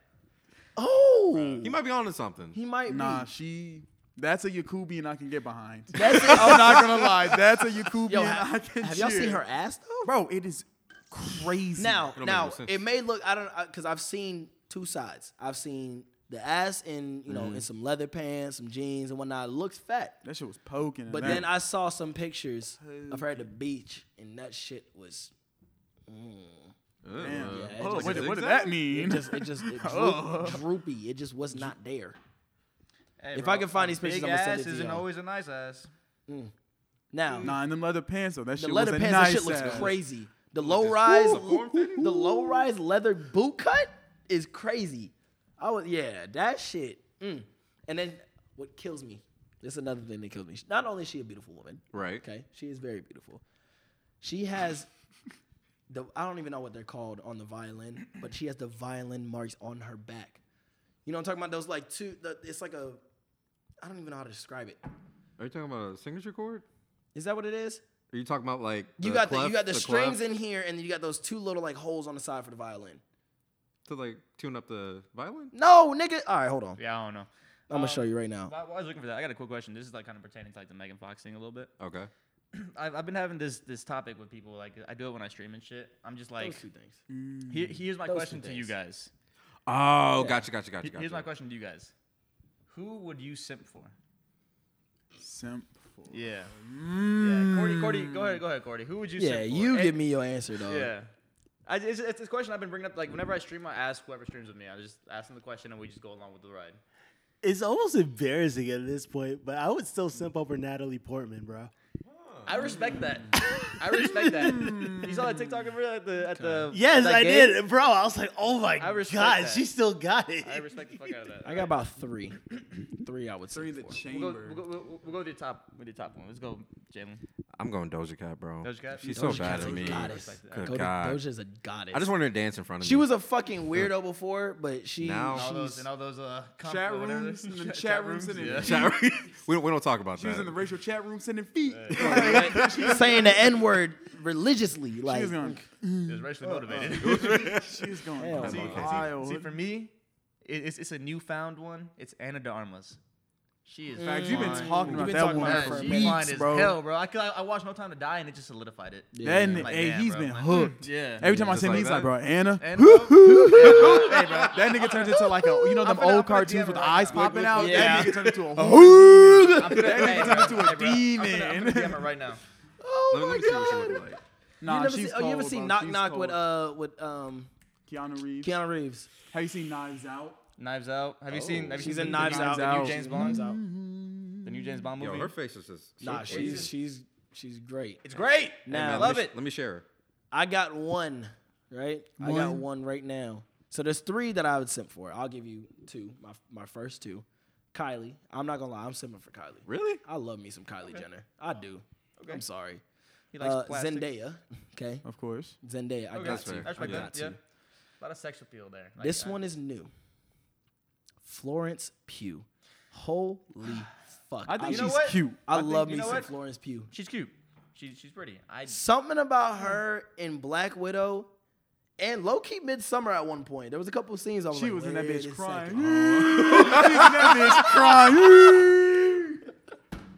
Oh,
He might be onto something.
he might
Nah,
be.
she. That's a Yakubian I can get behind.
That's
I'm
it.
not gonna lie. That's a Yakubian
Yo,
I
have,
can
have y'all
cheer.
seen her ass though?
Bro, it is crazy.
Now,
don't make
now
no sense.
it may look I don't because I've seen two sides. I've seen the ass in you know in some leather pants, some jeans and whatnot. It looks fat,
that shit was poking.
but then I saw some pictures of her at the beach, and that shit was
Ugh.
Damn.
yeah, it
oh,
just-
what, did- what did
zigzag?
that
it
mean?
just it just it
Oh.
droop, droopy. It just was not there.
Hey,
If
bro,
I can find
a
these pictures,
uh, big
I'ma send
ass
it to
isn't
y'all.
always a nice ass.
Now
nah, in them leather pants though. That
the
shit
leather
was a
pants,
nice
that shit looks
ass.
crazy. The low rise,
form fitting?
the low rise leather boot cut is crazy. I was yeah, that shit. mm. And then what kills me? This is another thing that kills me. Not only is she a beautiful woman,
Right.
okay, she is very beautiful. She has the I don't even know what they're called on the violin, but she has the violin marks on her back. You know what I'm talking about? Those like two. The, it's like a I don't even know how to describe it.
Are you talking about a signature chord?
Is that what it is?
Are you talking about like
You got the you
clef-
got the,
clef
strings in here, and then you got those two little like holes on the side for the violin.
to like tune up the violin?
No, nigga. All right, hold on.
Yeah, um, I don't know.
I'm gonna show you right now.
While, while I was looking for that, I got a quick question. This is like kind of pertaining to like the Megan Fox thing a little bit.
Okay.
I've, I've been having this this topic with people. Like I do it when I stream and shit. I'm just like,
Those two things.
he, here's my
Those
question
two
to you
things.
guys.
Oh, gotcha, gotcha, gotcha,
He-
gotcha.
Here's my question to you guys. Who would you simp for?
Simp.
Yeah. Yeah. Cordy, Cordy, go
Mm.
ahead, go ahead, Cordy. Who would you?
Yeah,
simp for?
you
And-
give me your answer though.
Yeah. I, it's, it's this question I've been bringing up. Like whenever I stream, I ask whoever streams with me. I just ask them the question, and we just go along with the ride.
It's almost embarrassing at this point, but I would still simp over Natalie Portman, bro.
Oh.
I respect that. I respect that. You saw that TikTok of her at the at the.
Yes,
that
I
game?
did, bro. I was like, oh my
I
god,
respect that.
she still got it.
I respect the fuck out of that.
I got about three. three, I would say.
Three in the
four.
We'll
chamber.
go, we'll, go, we'll, we'll go with your top with your top one. Let's go, Jalen.
I'm going Doja Cat, bro.
Doja Cat?
She's
Doja
so bad
Cat's a
at me.
goddess.
Oh,
Good
Go to-
God.
Doja's a goddess.
I just wanted her to dance in front of me.
She was a fucking weirdo before, but she.
Now-
All those
She's,
and all those uh comp-
Chat
or whatever it
rooms
is.
and the
Ch-
chat rooms and
yeah.
the-
Chat- we, don't, we don't talk about
She
that.
was in the racial chat room sending feet.
she's saying the n word religiously,
She
like
was going.
It's racially motivated.
She was
Hell
going.
no.
See,
wild.
see, for me, it, it's, it's a newfound one. It's Anna de Armas. She is.
Facts, you've been
fine.
talking
You've
about
been
that
talking
woman
about her
Yeah,
for
for
she's fine
weeks,
as
bro.
hell, bro. I, could, I, I watched No Time to Die, and it just solidified it.
Yeah.
That
Like,
hey,
damn,
he's
bro.
been
Like,
hooked.
Yeah.
Every time I
Just
see him,
like
he's
that?
like, bro, Anna.
And, bro,
hey, bro, that nigga turns into like a, you know, them
finna- I'm finna
old cartoons with
DM her
the
right
eyes
now.
popping out.
Yeah.
That nigga turned into a whole.
I'm gonna hey,
into
bro,
a
hey, bro, I'm
demon.
gonna DM it right now.
oh
Let me, let me
my
see what she
god.
looked like.
you
Nah,
never
she's
see, oh, you ever
cold,
seen
bro.
Knock
She's
Knock
cold.
with uh with um
Keanu Reeves?
Keanu Reeves?
Have you seen Knives Out?
Knives Out. Have you seen? Have you
She's
seen
in
the
Knives
new-
Out. Mm-hmm.
The
Out.
new James Bond.
Out.
The new James Bond
Yo,
movie.
her face is just.
Nah,
she-
she's she's she's great.
It's great.
Now,
Man,
I
let
love
me-
it.
Let me share her.
I got one, right? I got
One?
one right now. So there's three that I would simp for. I'll give you two. My my first two, Kylie. I'm not gonna lie, I'm simping for Kylie.
Really?
I love me some Kylie Jenner. I do. I'm sorry.
He likes
Uh,
plastic.
Zendaya. Okay,
Of course.
Zendaya. I got
That's
to.
fair.
I
I
respect
got
that.
to.
Yeah. A lot of sex appeal there. Like,
This
I-
one is new. Florence Pugh. Holy fuck!
I think
know
she's
what?
cute.
I,
I think-
love
you
me
know
some
what?
Florence Pugh.
She's cute. She's she's pretty. I
Something about her in Black Widow and low key Midsummer at one point. There was a couple scenes I was
She
like,
was in that
"Wait
bitch
a
crying. She
second."
was in that bitch crying.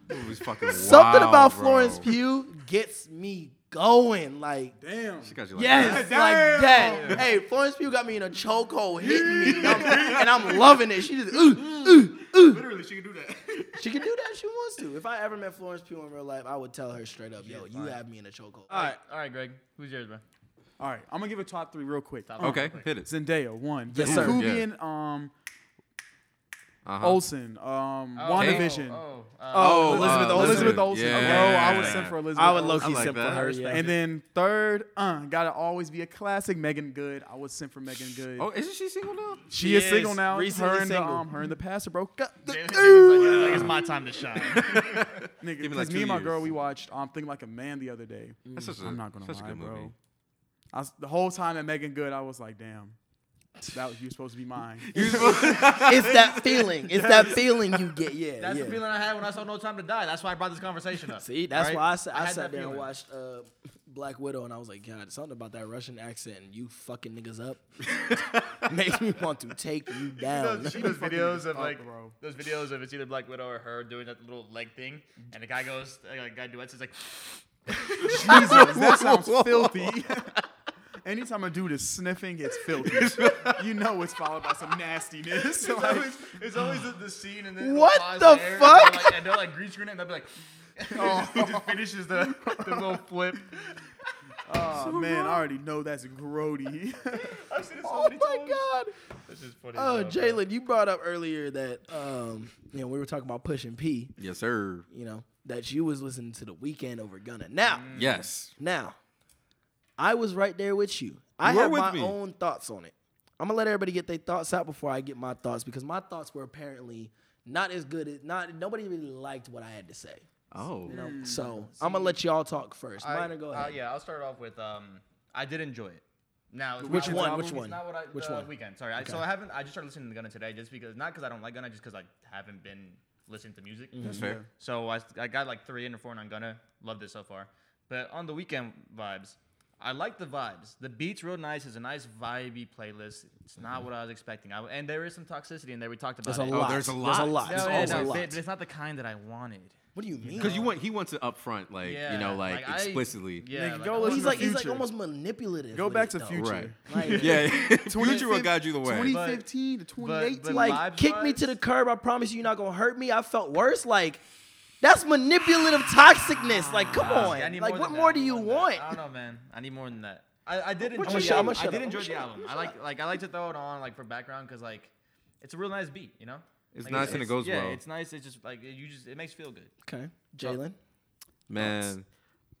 It was fucking
Something
wild,
about
bro.
Florence Pugh gets me going. Like,
Damn.
She got you like
yes,
that.
like
Damn.
that. Hey, Florence Pugh got me in a chokehold, hitting me, and I'm, and I'm loving it. She just, ooh, ooh, ooh.
Literally, she can do that.
She can do that if she wants to. If I ever met Florence Pugh in real life, I would tell her straight up, yo, you have me in a chokehold.
all right, all right, Greg. Who's yours, bro?
All right, I'm gonna give a top three real quick.
Okay, hit it.
Zendaya one.
Yes,
Yes,
sir.
Kubian, um,
Uh-huh.
Olsen, um,
Oh,
WandaVision.
Oh, oh,
Oh,
Oh, uh,
Elizabeth, Olsen. Elizabeth
Elizabeth.
Olsen.
Yeah.
Oh, I would send for Elizabeth.
I would
Olsen.
low
I
key
like
simp for
that.
her. Yeah.
And then third, uh, gotta always be a classic. Megan Good. I would send for Megan Good.
Oh, isn't she single now?
she,
she
is, single
is
now.
recently
Her and the
single.
um, her and the pastor broke up.
Jalen-
Oh,
Jalen's like, "Yeah, like, it's my time to shine.
Give
Nigga,
me,
'cause
like,
me
two
and my girl,
years.
we watched um, Think Like a Man the other day.
That's such a,
I'm not gonna
such
lie,
a good
bro.
movie.
I s the whole time at Megan Good, I was like, damn, that was you supposed to be mine.
it's that feeling. It's that feeling you get. Yeah,
That's
yeah.
the feeling I had when I saw No Time to Die. That's why I brought this conversation up.
See, that's
right?
why I, sa- I,
had
sat
that
there and
feeling.
watched uh, Black Widow, and I was like, God, something about that Russian accent and you fucking niggas up makes me want to take you down.
She does videos of
up,
like
bro.
those videos of it's either Black Widow or her doing that little leg thing, and the guy goes, uh, like, the guy duets, he's like,
Jesus, that sounds filthy. Anytime a dude is sniffing, it's filthy. you know it's followed by some nastiness.
it's
Like,
always, it's always the, the scene, and then it'll
What
pause
the
there,
fuck?
and they'll, like, and they'll like green screen it, and they'll be like, oh, he just finishes the, the little flip.
oh man, I already know that's grody.
I've seen it so
oh
many
my
times.
god.
This is funny.
Oh,
as hell, bro.
Jalen, you brought up earlier that um, you know, we were talking about pushing P,
Yes, sir.
you know, that you was listening to the weekend over Gunna. Now,
Yes.
now, I was right there with you. I
You were
have
with
my
me.
own thoughts on it. I'm gonna let everybody get their thoughts out before I get my thoughts because my thoughts were apparently not as good as not nobody really liked what I had to say.
Oh.
You know? So I'm gonna let y'all talk first.
Hmm. I-
Minor, go
uh,
ahead.
yeah, I'll start off with um, I did enjoy it. Now, it's
Which
not-
one?
it's
Which one?
Not what I,
Which
the
one?
Weekend. Sorry. I, so I haven't. I just started listening to Gunna today, just because not because I don't like Gunna, just because I haven't been listening to music.
Mm-hmm.
That's fair.
So I, I got like three in or four and I'm gonna love this so far. But on the weekend vibes, I like the vibes. The beats real nice. It's a nice vibey playlist. It's not what I was expecting. I, and there is some toxicity in there. We talked about
Mm-hmm. There's a
it.
lot.
Oh, there's a lot.
There's a lot.
No,
There's
yeah,
always
no,
a lot.
but but it's not the kind that I wanted.
what do you mean?
Because you want he wants it up front, like you know,
Yeah,
like,
I-
explicitly.
yeah,
Nigga,
like,
go
I
listen
wanted
he's
to
like he's like
Future.
almost manipulative.
Go
with
back
it,
to
though.
Future.
Right.
Like-
yeah. Future will guide you the way.
2015 to 2018.
but
Like
Vibes
kick me
wise?
to the curb. I promise you, you're not gonna hurt me. I felt worse. Like that's manipulative toxicness. Like come on.
Yeah, I need
like
more
what
than
more
that.
do
I
you
need more
want?
than that. I don't know, man. I need more than that. I, I did
I'ma
enjoy
shut-
the
I'ma
album.
shut
I
up,
did
I'ma
enjoy
shut
the
up,
album.
I'ma
I like like I like to throw it on like for background because like it's a real nice beat, you know.
It's
Like,
nice and it goes
yeah,
well.
it's nice. It's just like you just it makes you feel good.
Okay, Jalen.
Man,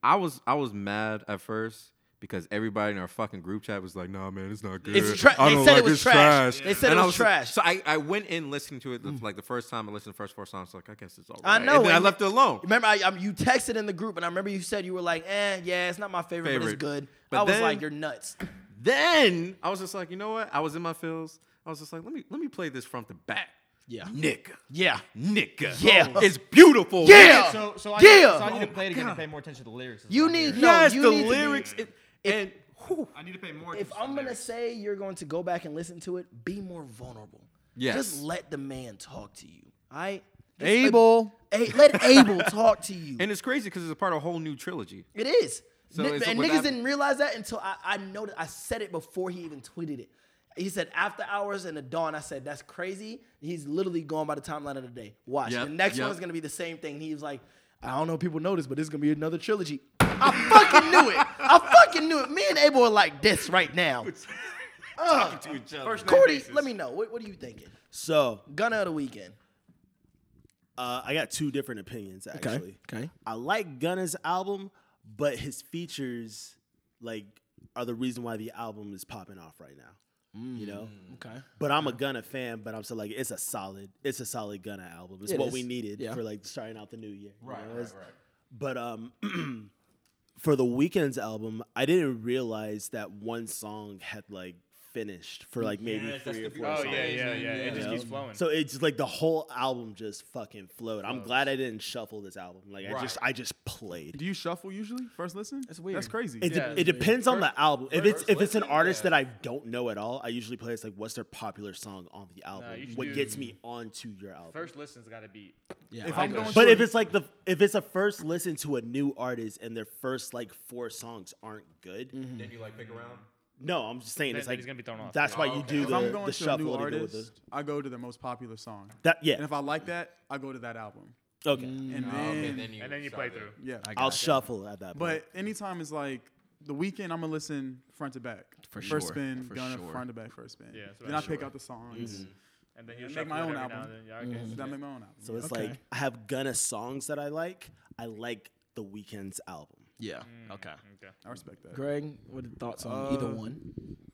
I was I was mad at first because everybody in our fucking group chat was like, "Nah, man, it's not good."
It's tra-
I
they
don't
said it
like
was
it's
trash.
trash.
They said it
And I
was trash. Mm.
So I, I went in listening to it the- like the first time I listened to the first four songs. Like, I guess it's all
I
right.
know,
And then I
and-
left it alone.
Remember, I, um you texted in the group, and I remember you said you were like, "Eh, yeah, it's not my favorite, but it's
Favorite.
good."
But
I was
then-
like, "You're nuts."
Then I was just like, you know what? I was in my feels. I was just like, let me let me play this from the back.
Yeah.
nigga,
Yeah.
nigga,
Yeah.
it's beautiful.
Yeah.
So so I
Yeah.
need, so I need to play it again
God.
and pay more attention to the lyrics. is
You
what I'm
need
hearing.
no.
yes,
you
the
need to be-
lyrics it- and whew,
I need to pay more.
if
attention to
I'm
the
gonna
lyrics.
say you're going to go back and listen to it, be more vulnerable.
Yes.
Just let the man talk to you. All right. Just let-
Abel.
A- let Abel talk to you.
and it's crazy because it's a part of a whole new trilogy.
It is.
So
Ni-
is it
and
what
niggas
that-
didn't realize that until I, I know I said it before he even tweeted it. He said after hours and the dawn. I said that's crazy. He's literally going by the timeline of the day. Watch
Yep,
the next
yep.
one's gonna be the same thing. He was like, I don't know if people know this, but this is gonna be another trilogy. I fucking knew it. I fucking knew it. Me and Abel are like this right now. Uh, Cordy, let me know. What, what are you thinking?
So
Gunna of the weekend.
uh, I got two different opinions actually.
Okay.
I like Gunna's album, but his features like are the reason why the album is popping off right now. You know,
Okay.
but I'm a Gunna fan, but I'm still like it's a solid, it's a solid Gunna album. It's
It
what
is.
we needed
Yeah.
for like starting out the new year. Right, right, right. But um, for the weekend's album, I didn't realize that one song had like finished for like maybe three or four.
Oh
songs.
yeah, yeah, yeah. It
You
just
know?
keeps flowing.
So it's just like the whole album just fucking flowed. I'm glad I didn't shuffle this album. Like I just I just played.
Do you shuffle usually? First listen? That's
weird.
That's crazy.
It, de-
Yeah,
it depends on the album. If it's
first
if it's an
listen,
artist
yeah.
that I don't know at all, I usually play it's like what's their popular song on the album.
you should
what
do-
gets me onto your album.
First listen's got to be.
if I'm going
but
short-
if it's like the if it's a first listen to a new artist and their first like four songs aren't good,
Mm-hmm.
Then you like pick around.
no, I'm just saying
Then-
it's
then
like
he's gonna be thrown off.
That's why you do
Oh, if
the,
I'm going
the
to a new
shuffle to go with the,
artist, I go to the most popular song.
that.
And
Yeah,
if Mm, I like that, I go to that album.
okay.
Um, And then,
you
And then you play through.
yeah.
I'll shuffle at that. point.
But anytime it's like the weekend, I'm gonna listen front to back.
For
first
sure.
spin,
For
gonna
sure.
front to back, first spin.
Yeah, that's what
then
I
I pick
sure.
out the songs.
and then you
make my own album. Mm-hmm.
okay.
Then I make my own album.
So it's
Okay.
like I have Gunna songs that I like. I like The Weeknd's album.
Yeah. Okay.
okay.
I respect that.
Greg, what are your thoughts on either one?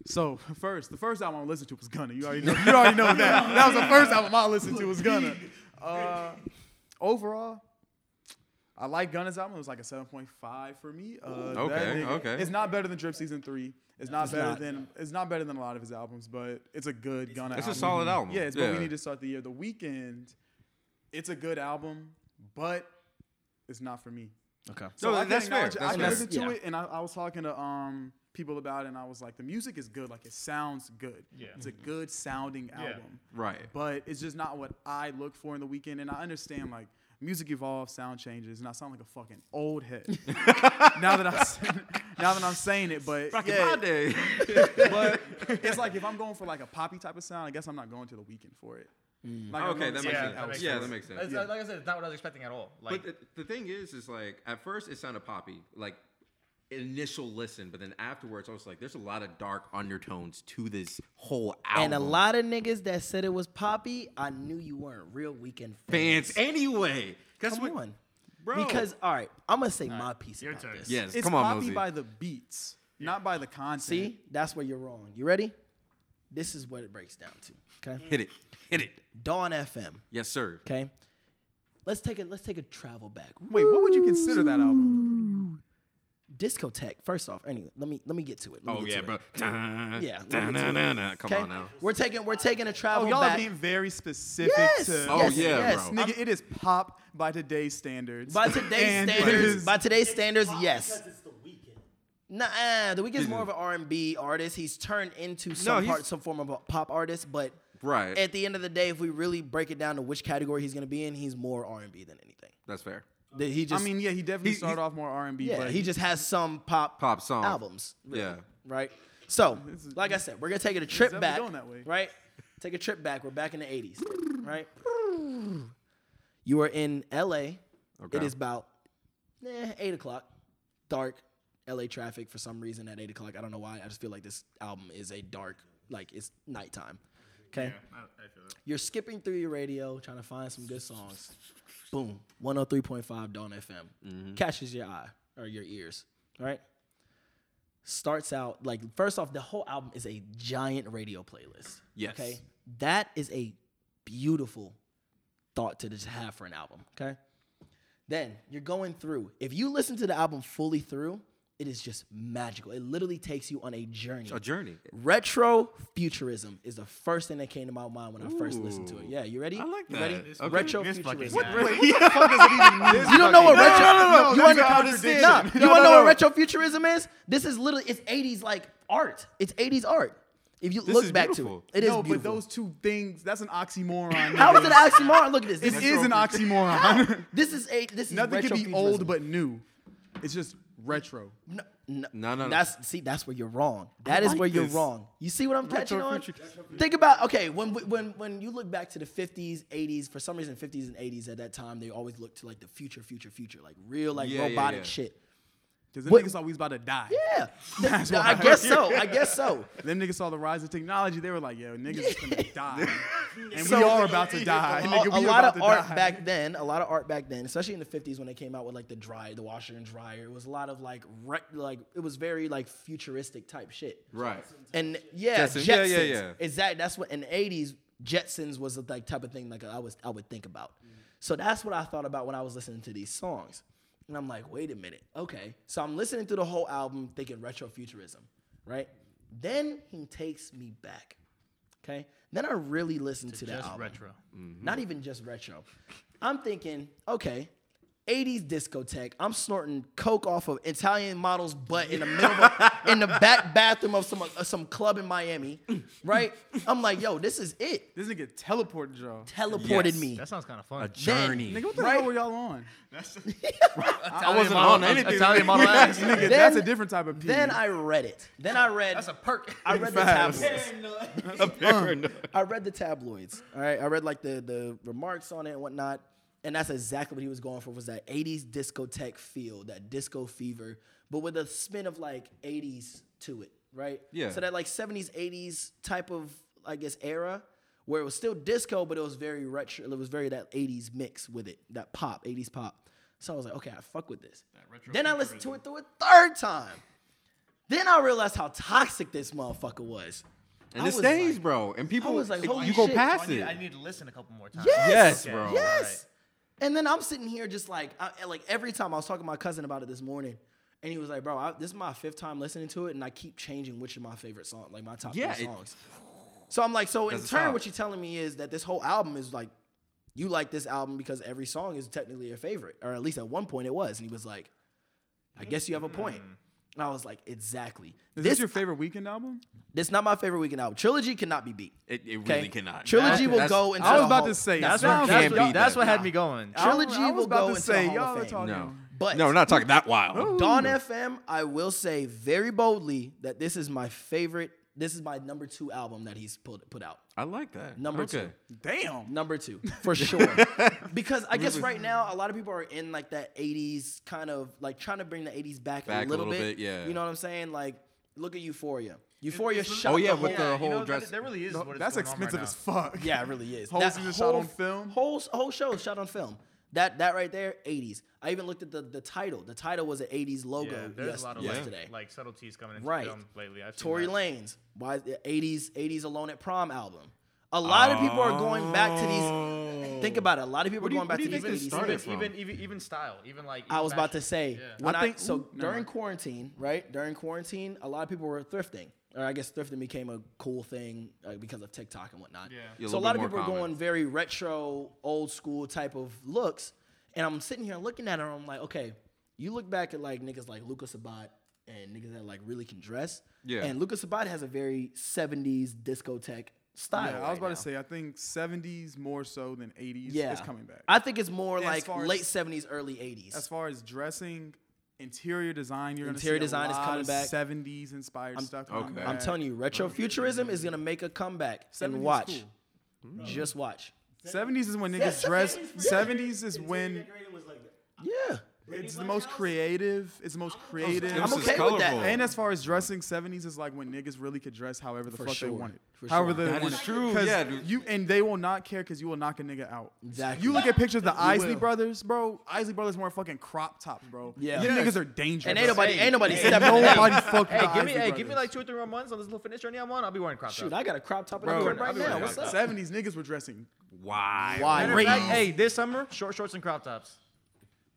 So first, the first album I listened to was Gunna. You already know, you already know that. That was the first album I listened to was Gunna. Uh, overall, I like Gunna's album. It was like a seven point five for me. Uh, that
Okay,
nigga-
okay.
It's not better than Drip Season Three. It's not better
not.
than it's not better than a lot of his albums, but it's a good Gunna.
It's a
album.
solid album.
Yeah, it's what
Yeah.
we need to start the year. The Weekend, it's a good album, but it's not for me.
Okay.
So
No,
I can
that's fair.
acknowledge it.
That's
I
fair.
listened to
Yeah.
it, and I, I was talking to um people about it, and I was like, the music is good. Like it sounds good.
Yeah.
It's
Mm-hmm.
a good sounding album.
Right.
But it's just not what I look for in the weekend, and I understand like. Music evolves, sound changes, and I sound like a fucking old head. now that I'm now that I'm saying it, but
Back in
yeah,
my day.
but it's like if I'm going for like a poppy type of sound, I guess I'm not going to the weekend for it. Like, I'm
okay,
going
that
to
makes
Yeah,
sense.
that makes
yeah,
sense.
that makes sense.
It's, uh, Like I said, it's not what I was expecting at all. Like,
But the, the thing is, is like at first it sounded poppy, like initial listen, but then afterwards I was like, there's a lot of dark undertones to this whole album.
And a lot of niggas that said it was poppy, I knew you weren't real weekend fans.
fans anyway. That's
Come
what,
on.
bro.
Because all right, I'm gonna say my piece
your
about
turn.
this.
yes,
It's
come on,
poppy
Mosey.
by the beats, not by the content.
See, that's where you're wrong. You ready? This is what it breaks down to. Okay.
Hit it, hit it.
Dawn FM.
Yes, sir.
Okay. Let's take a let's take a travel back.
Wait, what would you consider that album?
Discotech. First off, anyway, let me let me get to it. Let me
Oh
get
yeah,
to
bro.
it.
Yeah.
Yeah, let me get to it.
Come
Okay?
on now.
We're taking we're taking a
Oh,
travel
y'all are
back.
being very specific
yes,
to.
Oh,
yes,
yeah,
yes.
bro.
Nigga, it is pop by today's standards.
By today's
And it
standards,
is-
by today's standards, yes.
it's The Weeknd.
Nah, uh, The Weeknd's more of an R and B artist. He's turned into some
he's-
part, some form of a pop artist. But
Right.
at the end of the day, if we really break it down to which category he's gonna be in, he's more R and B than anything.
That's fair.
That he
I
just,
mean, yeah, he definitely
He- he-
started off more R and B.
yeah,
but
he just has some pop
Pop song.
albums. really,
Yeah.
right. So, like I said, we're gonna take it a trip
definitely
back.
going that way.
Right. Take a trip back. We're back in the '80s. Right. You are in LA.
Okay.
It is about eh, eight o'clock. Dark LA traffic for some reason at eight o'clock. I don't know why. I just feel like this album is a dark, like it's nighttime. Okay. You're skipping through your radio, trying to find some good songs. Boom. 103.5 Dawn FM.
Mm-hmm.
Catches your eye or your ears. All right. Starts out like first off, the whole album is a giant radio playlist.
Yes.
Okay. That is a beautiful thought to just have for an album. Okay. Then you're going through. If you listen to the album fully through, it is just magical. It literally takes you on a journey.
A journey.
Retro futurism is the first thing that came to my mind when I first listened to it. Yeah, you ready?
I like
You
that.
ready?
This fucking-
Retro
this fucking
futurism.
guy.
Wait, what the fuck does it even mean?
You don't know what
No,
retro?
no, no, no,
you
that's
wanna-
a contradiction. No,
Nah, you want to
no,
know
no.
what retrofuturism is? This is literally it's '80s like art. It's '80s art. If you
is
look back
beautiful.
to it, it is
no, but
beautiful.
those two things, that's an oxymoron.
How is
nigga.
it an oxymoron? Look at this. This
It
is,
is an oxymoron.
this is a this is
Nothing can be
retrofuturism.
old but new. It's just retro.
No, no,
No, no, no.
That's see, that's where you're wrong. That is
like
where you're
this.
wrong. You see what I'm catching on?
Retrofuturism.
Think about okay, when when when you look back to the 50s, 80s, for some reason 50s and 80s at that time, they always look to like the future, future, future, like real like
Yeah, yeah,
robotic
yeah.
shit.
Because them
What-
niggas always about to die.
Yeah,
That's
Th-
why.
I guess so. I guess so.
Them niggas saw the rise of technology. They were like, yo, niggas is gonna die. And we
So-
are about to die.
a,
nigga,
a
we
lot
about
of
to
art
die.
back then, a lot of art back then, especially in the 50s when they came out with like the dry, the washer and dryer. It was a lot of like, re- like it was very like futuristic type shit.
Right.
And yeah,
Jetsons.
Jetsons.
Yeah, yeah, yeah.
Exactly. That's what in the 80s, Jetsons was the like, type of thing like I was I would think about. So that's what I thought about when I was listening to these songs. And I'm like, wait a minute. Okay. So I'm listening to the whole album thinking retrofuturism, right? Then he takes me back. Okay? Then I really listened to, that
just
album.
retro.
Not even just retro. I'm thinking, okay, 80s discotheque. I'm snorting coke off of Italian model's butt in the middle of in the back bathroom of some uh, some club in Miami, right? I'm like, yo, this is it.
This nigga teleported y'all.
Teleported
Yes.
me.
That sounds kind of fun.
A journey.
Nigga, what the
Right.
hell were y'all on?
I wasn't on anything.
Italian model ass.
Nigga,
Then-
that's a different type of pee.
Then I read it. Then I read.
That's a perk.
I read the
Facts.
tabloids.
Paranoid.
I read the tabloids. All right, I read like the the remarks on it and whatnot, and that's exactly what he was going for was that '80s discotheque feel, that disco fever, but with a spin of like '80s to it, right?
Yeah.
So that like '70s, '80s type of I guess era where it was still disco, but it was very retro. It was very that 80s mix with it, that pop, 80s pop. So I was like, okay, I fuck with this. Then I listened to it through a third time. Then I realized how toxic this motherfucker was.
And
I
it
was
stays,
like-
bro. And people,
was like,
it-
holy
you go
shit.
I
past
need,
it.
I need to listen a couple more times.
Yes,
Yes,
Okay,
bro.
all
Yes.
right.
And then I'm sitting here just like, I, and, like every time I was talking to my cousin about it this morning, and he was like, "Bro, I, this is my fifth time listening to it, and I keep changing which is my favorite song, like my top
Yeah,
three
it-
songs." so I'm like, so in
Doesn't
turn,
stop.
what you're telling me is that this whole album is like, you like this album because every song is technically your favorite, or at least at one point it was. And he was like, "I guess you have a point." And I was like, "Exactly."
Is
this
this your favorite weekend album?
this not my favorite weekend album. Trilogy cannot be beat.
It, it
Okay.
really cannot.
Trilogy will
That's-
go into
I was
the
about
Hall-
to say.
That's,
it
what,
can't
sounds like
that's,
beat
what,
that.
y'all-
that's what had me going.
I was-
Trilogy
I was
will
about
go
to
into
say,
the Hall
y'all
of
are
Fame.
talking-
No.
But
No, we're not talking that wild.
Dawn FM, I will say very boldly that this is my favorite. This is my number two album that he's put put out.
I like that.
Number
okay.
two.
Damn.
Number two, for sure. because I guess right now a lot of people are in like that '80s kind of like trying to bring the '80s back,
Back
a
a
little,
little
bit.
bit, yeah.
You know what I'm saying? Like, look at Euphoria. Euphoria
it's-
shot.
Oh, yeah, with
the whole-
the
you know,
whole
that-
dress-
That really is what it's
That's
going on
expensive
right
as
now.
fuck.
Yeah, it really is.
Whole
That
season shot on film?
Whole whole show shot on film. That that right there, 80s. I even looked at the the title. The title was an 80s logo
Yeah, there's
yes-
a lot of
yesterday.
like, like subtleties coming into
Right.
film lately. I've seen
Tory
that.
Lanez, why the 80s 80s Alone at Prom album. A lot of people are going back to these. Think about it. A lot of people are
do you-
going back
what do
to
you
these
think this
80s.
started
things.
from?
Even, even even style, even like.
I
even
was about
fashion.
to say
Yeah.
when I,
I think-
so
ooh, never
during
mind.
quarantine, right? During quarantine, a lot of people were thrifting, or I guess thrifting became a cool thing uh, because of TikTok and whatnot.
Yeah.
A
So a
little
lot of
bit more
people were
common.
going very retro, old school type of looks, and I'm sitting here looking at her. I'm like, okay, you look back at like niggas like Lucas Sabat and niggas that like really can dress.
Yeah.
And Lucas Sabat has a very 70s discotheque style.
Yeah, I was
right
about
now.
to say. I think 70s more so than 80s.
yeah,
it's coming back.
I think it's more
As
like
far as-
late 70s, early 80s.
as far as dressing, interior design, you're
Interior
gonna see
design
a
is
lot
coming
of
back.
70s inspired stuff. coming
okay.
back.
I'm telling you, retrofuturism is gonna make a comeback.
70s
And
is
watch,
cool.
just watch.
70s is when niggas dress. 70s is when
Yeah,
it's the most creative. It's the most creative.
This
I'm
is
okay with that.
colorful.
And as far as dressing, 70s is like when niggas really could dress however the
For
fuck
sure.
they wanted.
For
however
sure.
they
That is
wanted.
true,
'Cause
yeah, dude.
You and they will not care because you will knock a nigga out.
Exactly.
You look at pictures of the Isley
will.
brothers, bro. Isley brothers wearing fucking crop tops, bro.
Yeah.
You
Yes.
niggas are dangerous.
and ain't nobody, ain't nobody stepping on that.
Nobody fucked with
Hey,
the
give me,
Isley
hey, give me
brothers.
like two or three more months on this little fitness journey I'm on. I'll be wearing crop
Shoot,
tops.
I got a crop top in the
Bro,
crib right
I'll be
now.
wearing
What's up?
70s niggas were dressing
Why?
Why?
Matter of fact, hey, this summer, short shorts and crop tops.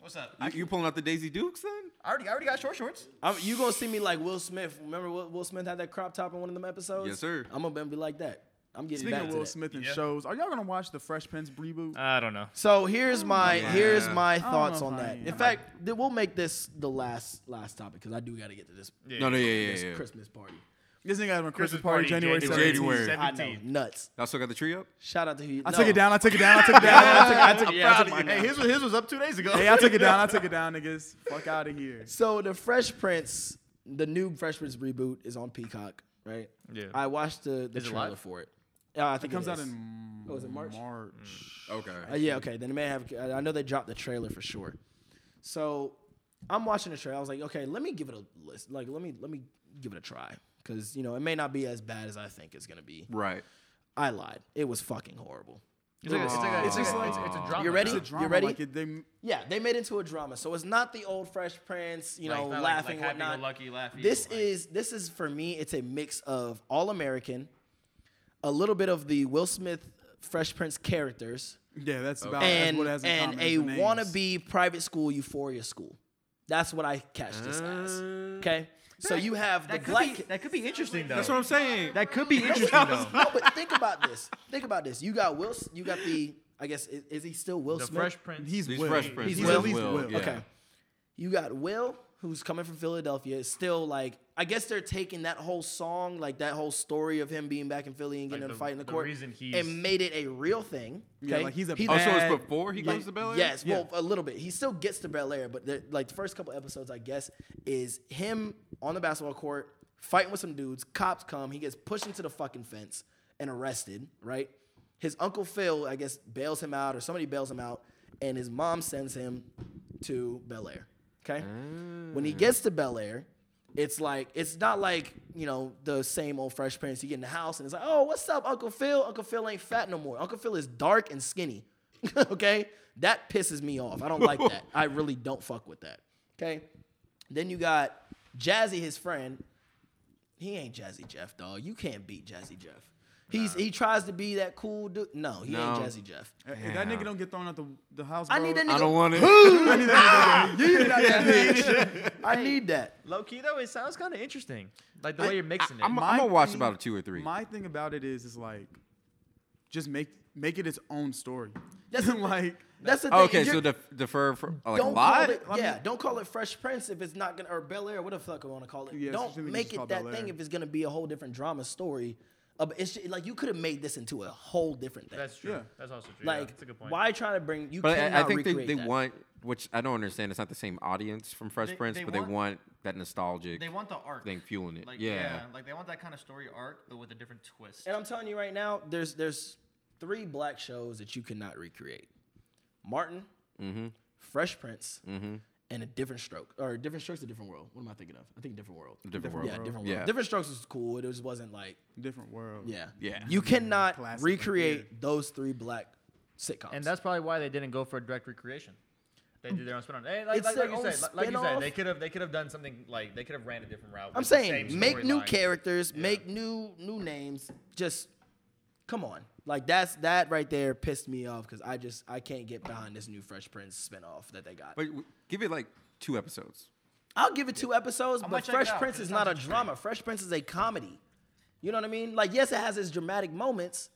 What's up? I,
You, you pulling out the Daisy Dukes then?
already, I already got short shorts.
I'm, you gonna see me like Will Smith? Remember Will, Will Smith had that crop top in one of them episodes?
Yes, sir.
I'm gonna be like that. I'm getting
Speaking
back
of
to
Will
that.
Smith and
Yeah. Uh,
shows, are y'all gonna watch the Fresh Prince reboot?
I don't know.
So here's my here's
Yeah.
my
don't
thoughts
know
on
if I
that.
am.
In fact, th- we'll make this the last last topic because I do got to get to this
No, no, yeah, yeah,
this
yeah. yeah.
Christmas party.
this nigga having a Christmas party January
January
17th.
January.
I know, nuts.
Y'all still got the tree up?
Shout out to you.
I took it down. I took it down. I took it down. I took, I took, yeah, I took mine
Hey,
down.
his was, his was up two days ago.
Hey, I took it down. I took it down, niggas. Fuck out of here.
So the Fresh Prince, the new Fresh Prince reboot is on Peacock, right?
Yeah.
I watched the, the
Is it
trailer
live?
for it. Uh, I think
It comes out
is.
in
Oh, is it March?
March.
Okay.
Uh, yeah, okay. Then it may have. I I know they dropped the trailer for sure. So I'm watching the trailer. I was like, okay, let me give it a list. Like, let me let me give it a try because you know it may not be as bad as I think it's gonna be.
Right.
I lied. It was fucking horrible.
It's like a- it's like a- it's like a- it's- it's a drama.
You ready?
It's a
You
drama.
ready?
Like, it- they,
Yeah, they made it into a drama. So it's not the old Fresh Prince, you
Like,
know,
not like-
laughing
like
whatnot.
happy-go-lucky, laugh
this
evil, like-
is this is for me. It's a mix of all American, a little bit of the Will Smith Fresh Prince characters,
yeah, that's about that's
and
what it has in
and
common,
a
is the names.
wannabe private school Euphoria school. That's what I catch this as. Okay, so you have the
That could,
black.
be, that could be interesting though.
That's what I'm saying.
That could be interesting though.
no, but think about this. Think about this. You got Will. S- You got the. I guess is, is he still Will
The
Smith?
Fresh Prince.
He's,
These
Will.
Fresh Prince.
He's
He's
Will.
at least
Will,
Will.
yeah.
Okay. You got Will, who's coming from Philadelphia, is still like I guess they're taking that whole song, like that whole story of him being back in Philly and getting
Like
in a
the-
fight in the
the
court,
reason he's-
and made it a real thing.
Yeah,
okay?
like he's a
Oh, so
Bad-
it's before he goes to Bel Air?
Yes,
Yeah.
well, a little bit. He still gets to Bel Air, but the, like the first couple episodes, I guess, is him on the basketball court fighting with some dudes. Cops come. He gets pushed into the fucking fence and arrested. Right. His uncle Phil, I guess, bails him out, or somebody bails him out, and his
Ah. Mm.
mom sends him to Bel Air. Okay. When he gets to Bel Air, it's like it's not like you know the same old Fresh Prince. You get in the house and it's like, oh, what's up, Uncle Phil? Uncle Phil ain't fat no more. Uncle Phil is dark and skinny. okay, that pisses me off. I don't like that. I really don't fuck with that. Okay, then you got Jazzy, his friend. He ain't Jazzy Jeff, dog. You can't beat Jazzy Jeff. He's he tries to be that cool dude. No, he
No.
ain't Jazzy Jeff.
If that nigga don't get thrown out the, the house, bro,
I need that
I
nigga.
don't want it.
I need that nigga. You got that nigga.
I need that.
Low key though, it sounds kind of interesting. Like the way you're mixing
I'm,
it.
My
I'm gonna watch
thing-
about a two or three.
My thing about it is, is like, just make make it its own story.
That's-
like,
That's the thing.
okay,
If you're-
so def- defer for like a
don't
lot.
call it,
I mean-
yeah, don't call it Fresh Prince if it's not gonna or Bel Air, what the fuck I want to call it.
Yeah, so
don't
should we
make
just call
it
it
that
Bel Air?
thing if it's gonna be a whole different drama story. Uh, but it's ju- like you could have made this into a whole different thing.
That's true.
Yeah.
That's also true. yeah,
like
that's a good point.
why try to bring you?
But I, I
cannot
think they,
recreate
they
that.
want, which I don't understand. It's not the same audience from Fresh
They-
Prince,
they
but
want-
they want that nostalgic.
They want the arc.
thing fueling it.
Like,
yeah.
Like they want that kind of story arc, but with a different twist.
And I'm telling you right now, there's there's three black shows that you cannot recreate: Martin,
Mm-hmm.
Fresh Prince, and a different stroke or different strokes, a different world. What am I thinking of? I think different world.
Different world.
Yeah, different world.
Yeah.
Different strokes was cool. It just wasn't like
different world.
Yeah.
Yeah.
You cannot
classic, like,
recreate those three black sitcoms.
And that's probably why they didn't go for a direct recreation. They did their own spin-off. Hey, like,
It's
like,
their
like you
own
said, like, like you said, they
spin-off.
could have they could have done something like they could have ran a different route.
I'm
with the same
saying make new
storyline.
characters, make new new names. Just come on. Like that's that right there pissed me off because I just I can't get behind this new Fresh Prince spinoff that they got.
But w- give it like two episodes.
I'll give it two episodes,
I'm gonna
but
check it
Fresh
out,
Prince
'cause it
is
sounds
not a
interesting.
drama. Fresh Prince is a comedy. You know what I mean? Like yes, it has its dramatic moments,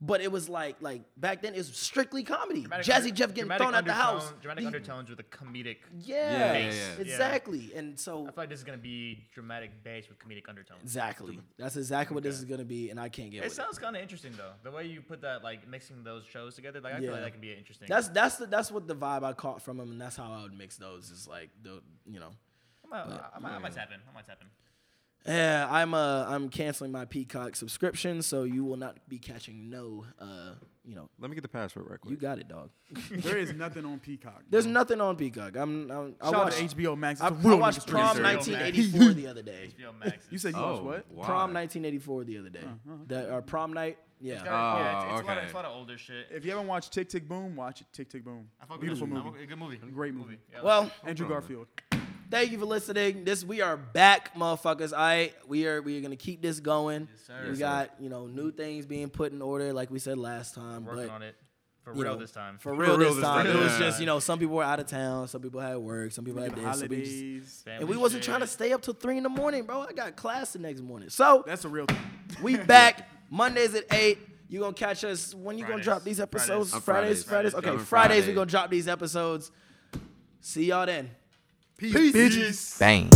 but it was like like back then it was strictly comedy.
Dramatic
Jazzy
under-
Jeff getting
dramatic
thrown out the
undertone-
house.
Dramatic
He-
undertones with a comedic.
Yeah,
Yeah, yeah, yeah.
exactly. And so
I feel like this is gonna be dramatic base with comedic undertones.
exactly, that's exactly what this is gonna be, and I can't get
It
with it.
sounds kind of interesting though, the way you put that, like mixing those shows together. Like I
Yeah.
feel like that could be interesting.
That's that's the, that's what the vibe I caught from him, and that's how I would mix those. Is like the you know,
I might, I might, I might tap in. I might tap in.
yeah, I'm uh I'm canceling my Peacock subscription, so you will not be catching no uh you know
Let me get the password right quick.
you got it, dog.
There is nothing on Peacock.
There's nothing on Peacock. I'm, I'm I
Shout out
watched
to HBO Max.
I,
It's
I
a real
watched
nigga
Prom
thing.
Real man.
1984 the other day.
HBO Max.
You said you
oh,
watched what?
wow.
Prom 1984 the other day.
Uh-huh.
That or prom night. Yeah.
yeah, it's,
Oh,
it's, a lot of,
okay.
it's a lot of older shit.
If you haven't watched Tick Tick Boom, watch it. Tick Tick Boom.
I fuck with
Beautiful
it. I
movie.
fuck- Good movie.
Great movie.
Yeah.
Well,
Andrew Garfield.
Thank you for listening. This we are back, motherfuckers. All right, we are we are gonna keep this going.
sir.
We
Yes, sir.
got you know new things being put in order, like we said last time.
working
but,
on it for
you
real
know,
this time.
For real, this, time. It was
Yeah.
just you know some people were out of town, some people had work, some people had
The
this. So we just,
holidays.
and we wasn't trying to stay up till three in the morning, bro. I got class the next morning, so
That's a real thing.
we back Mondays at eight. You gonna catch us when you gonna drop
Fridays.
these episodes?
On
Fridays,
Fridays.
Fridays.
Fridays.
Okay,
Dropping
Fridays we
Friday.
gonna drop these episodes. See y'all then.
Peace. bitches.
Bang.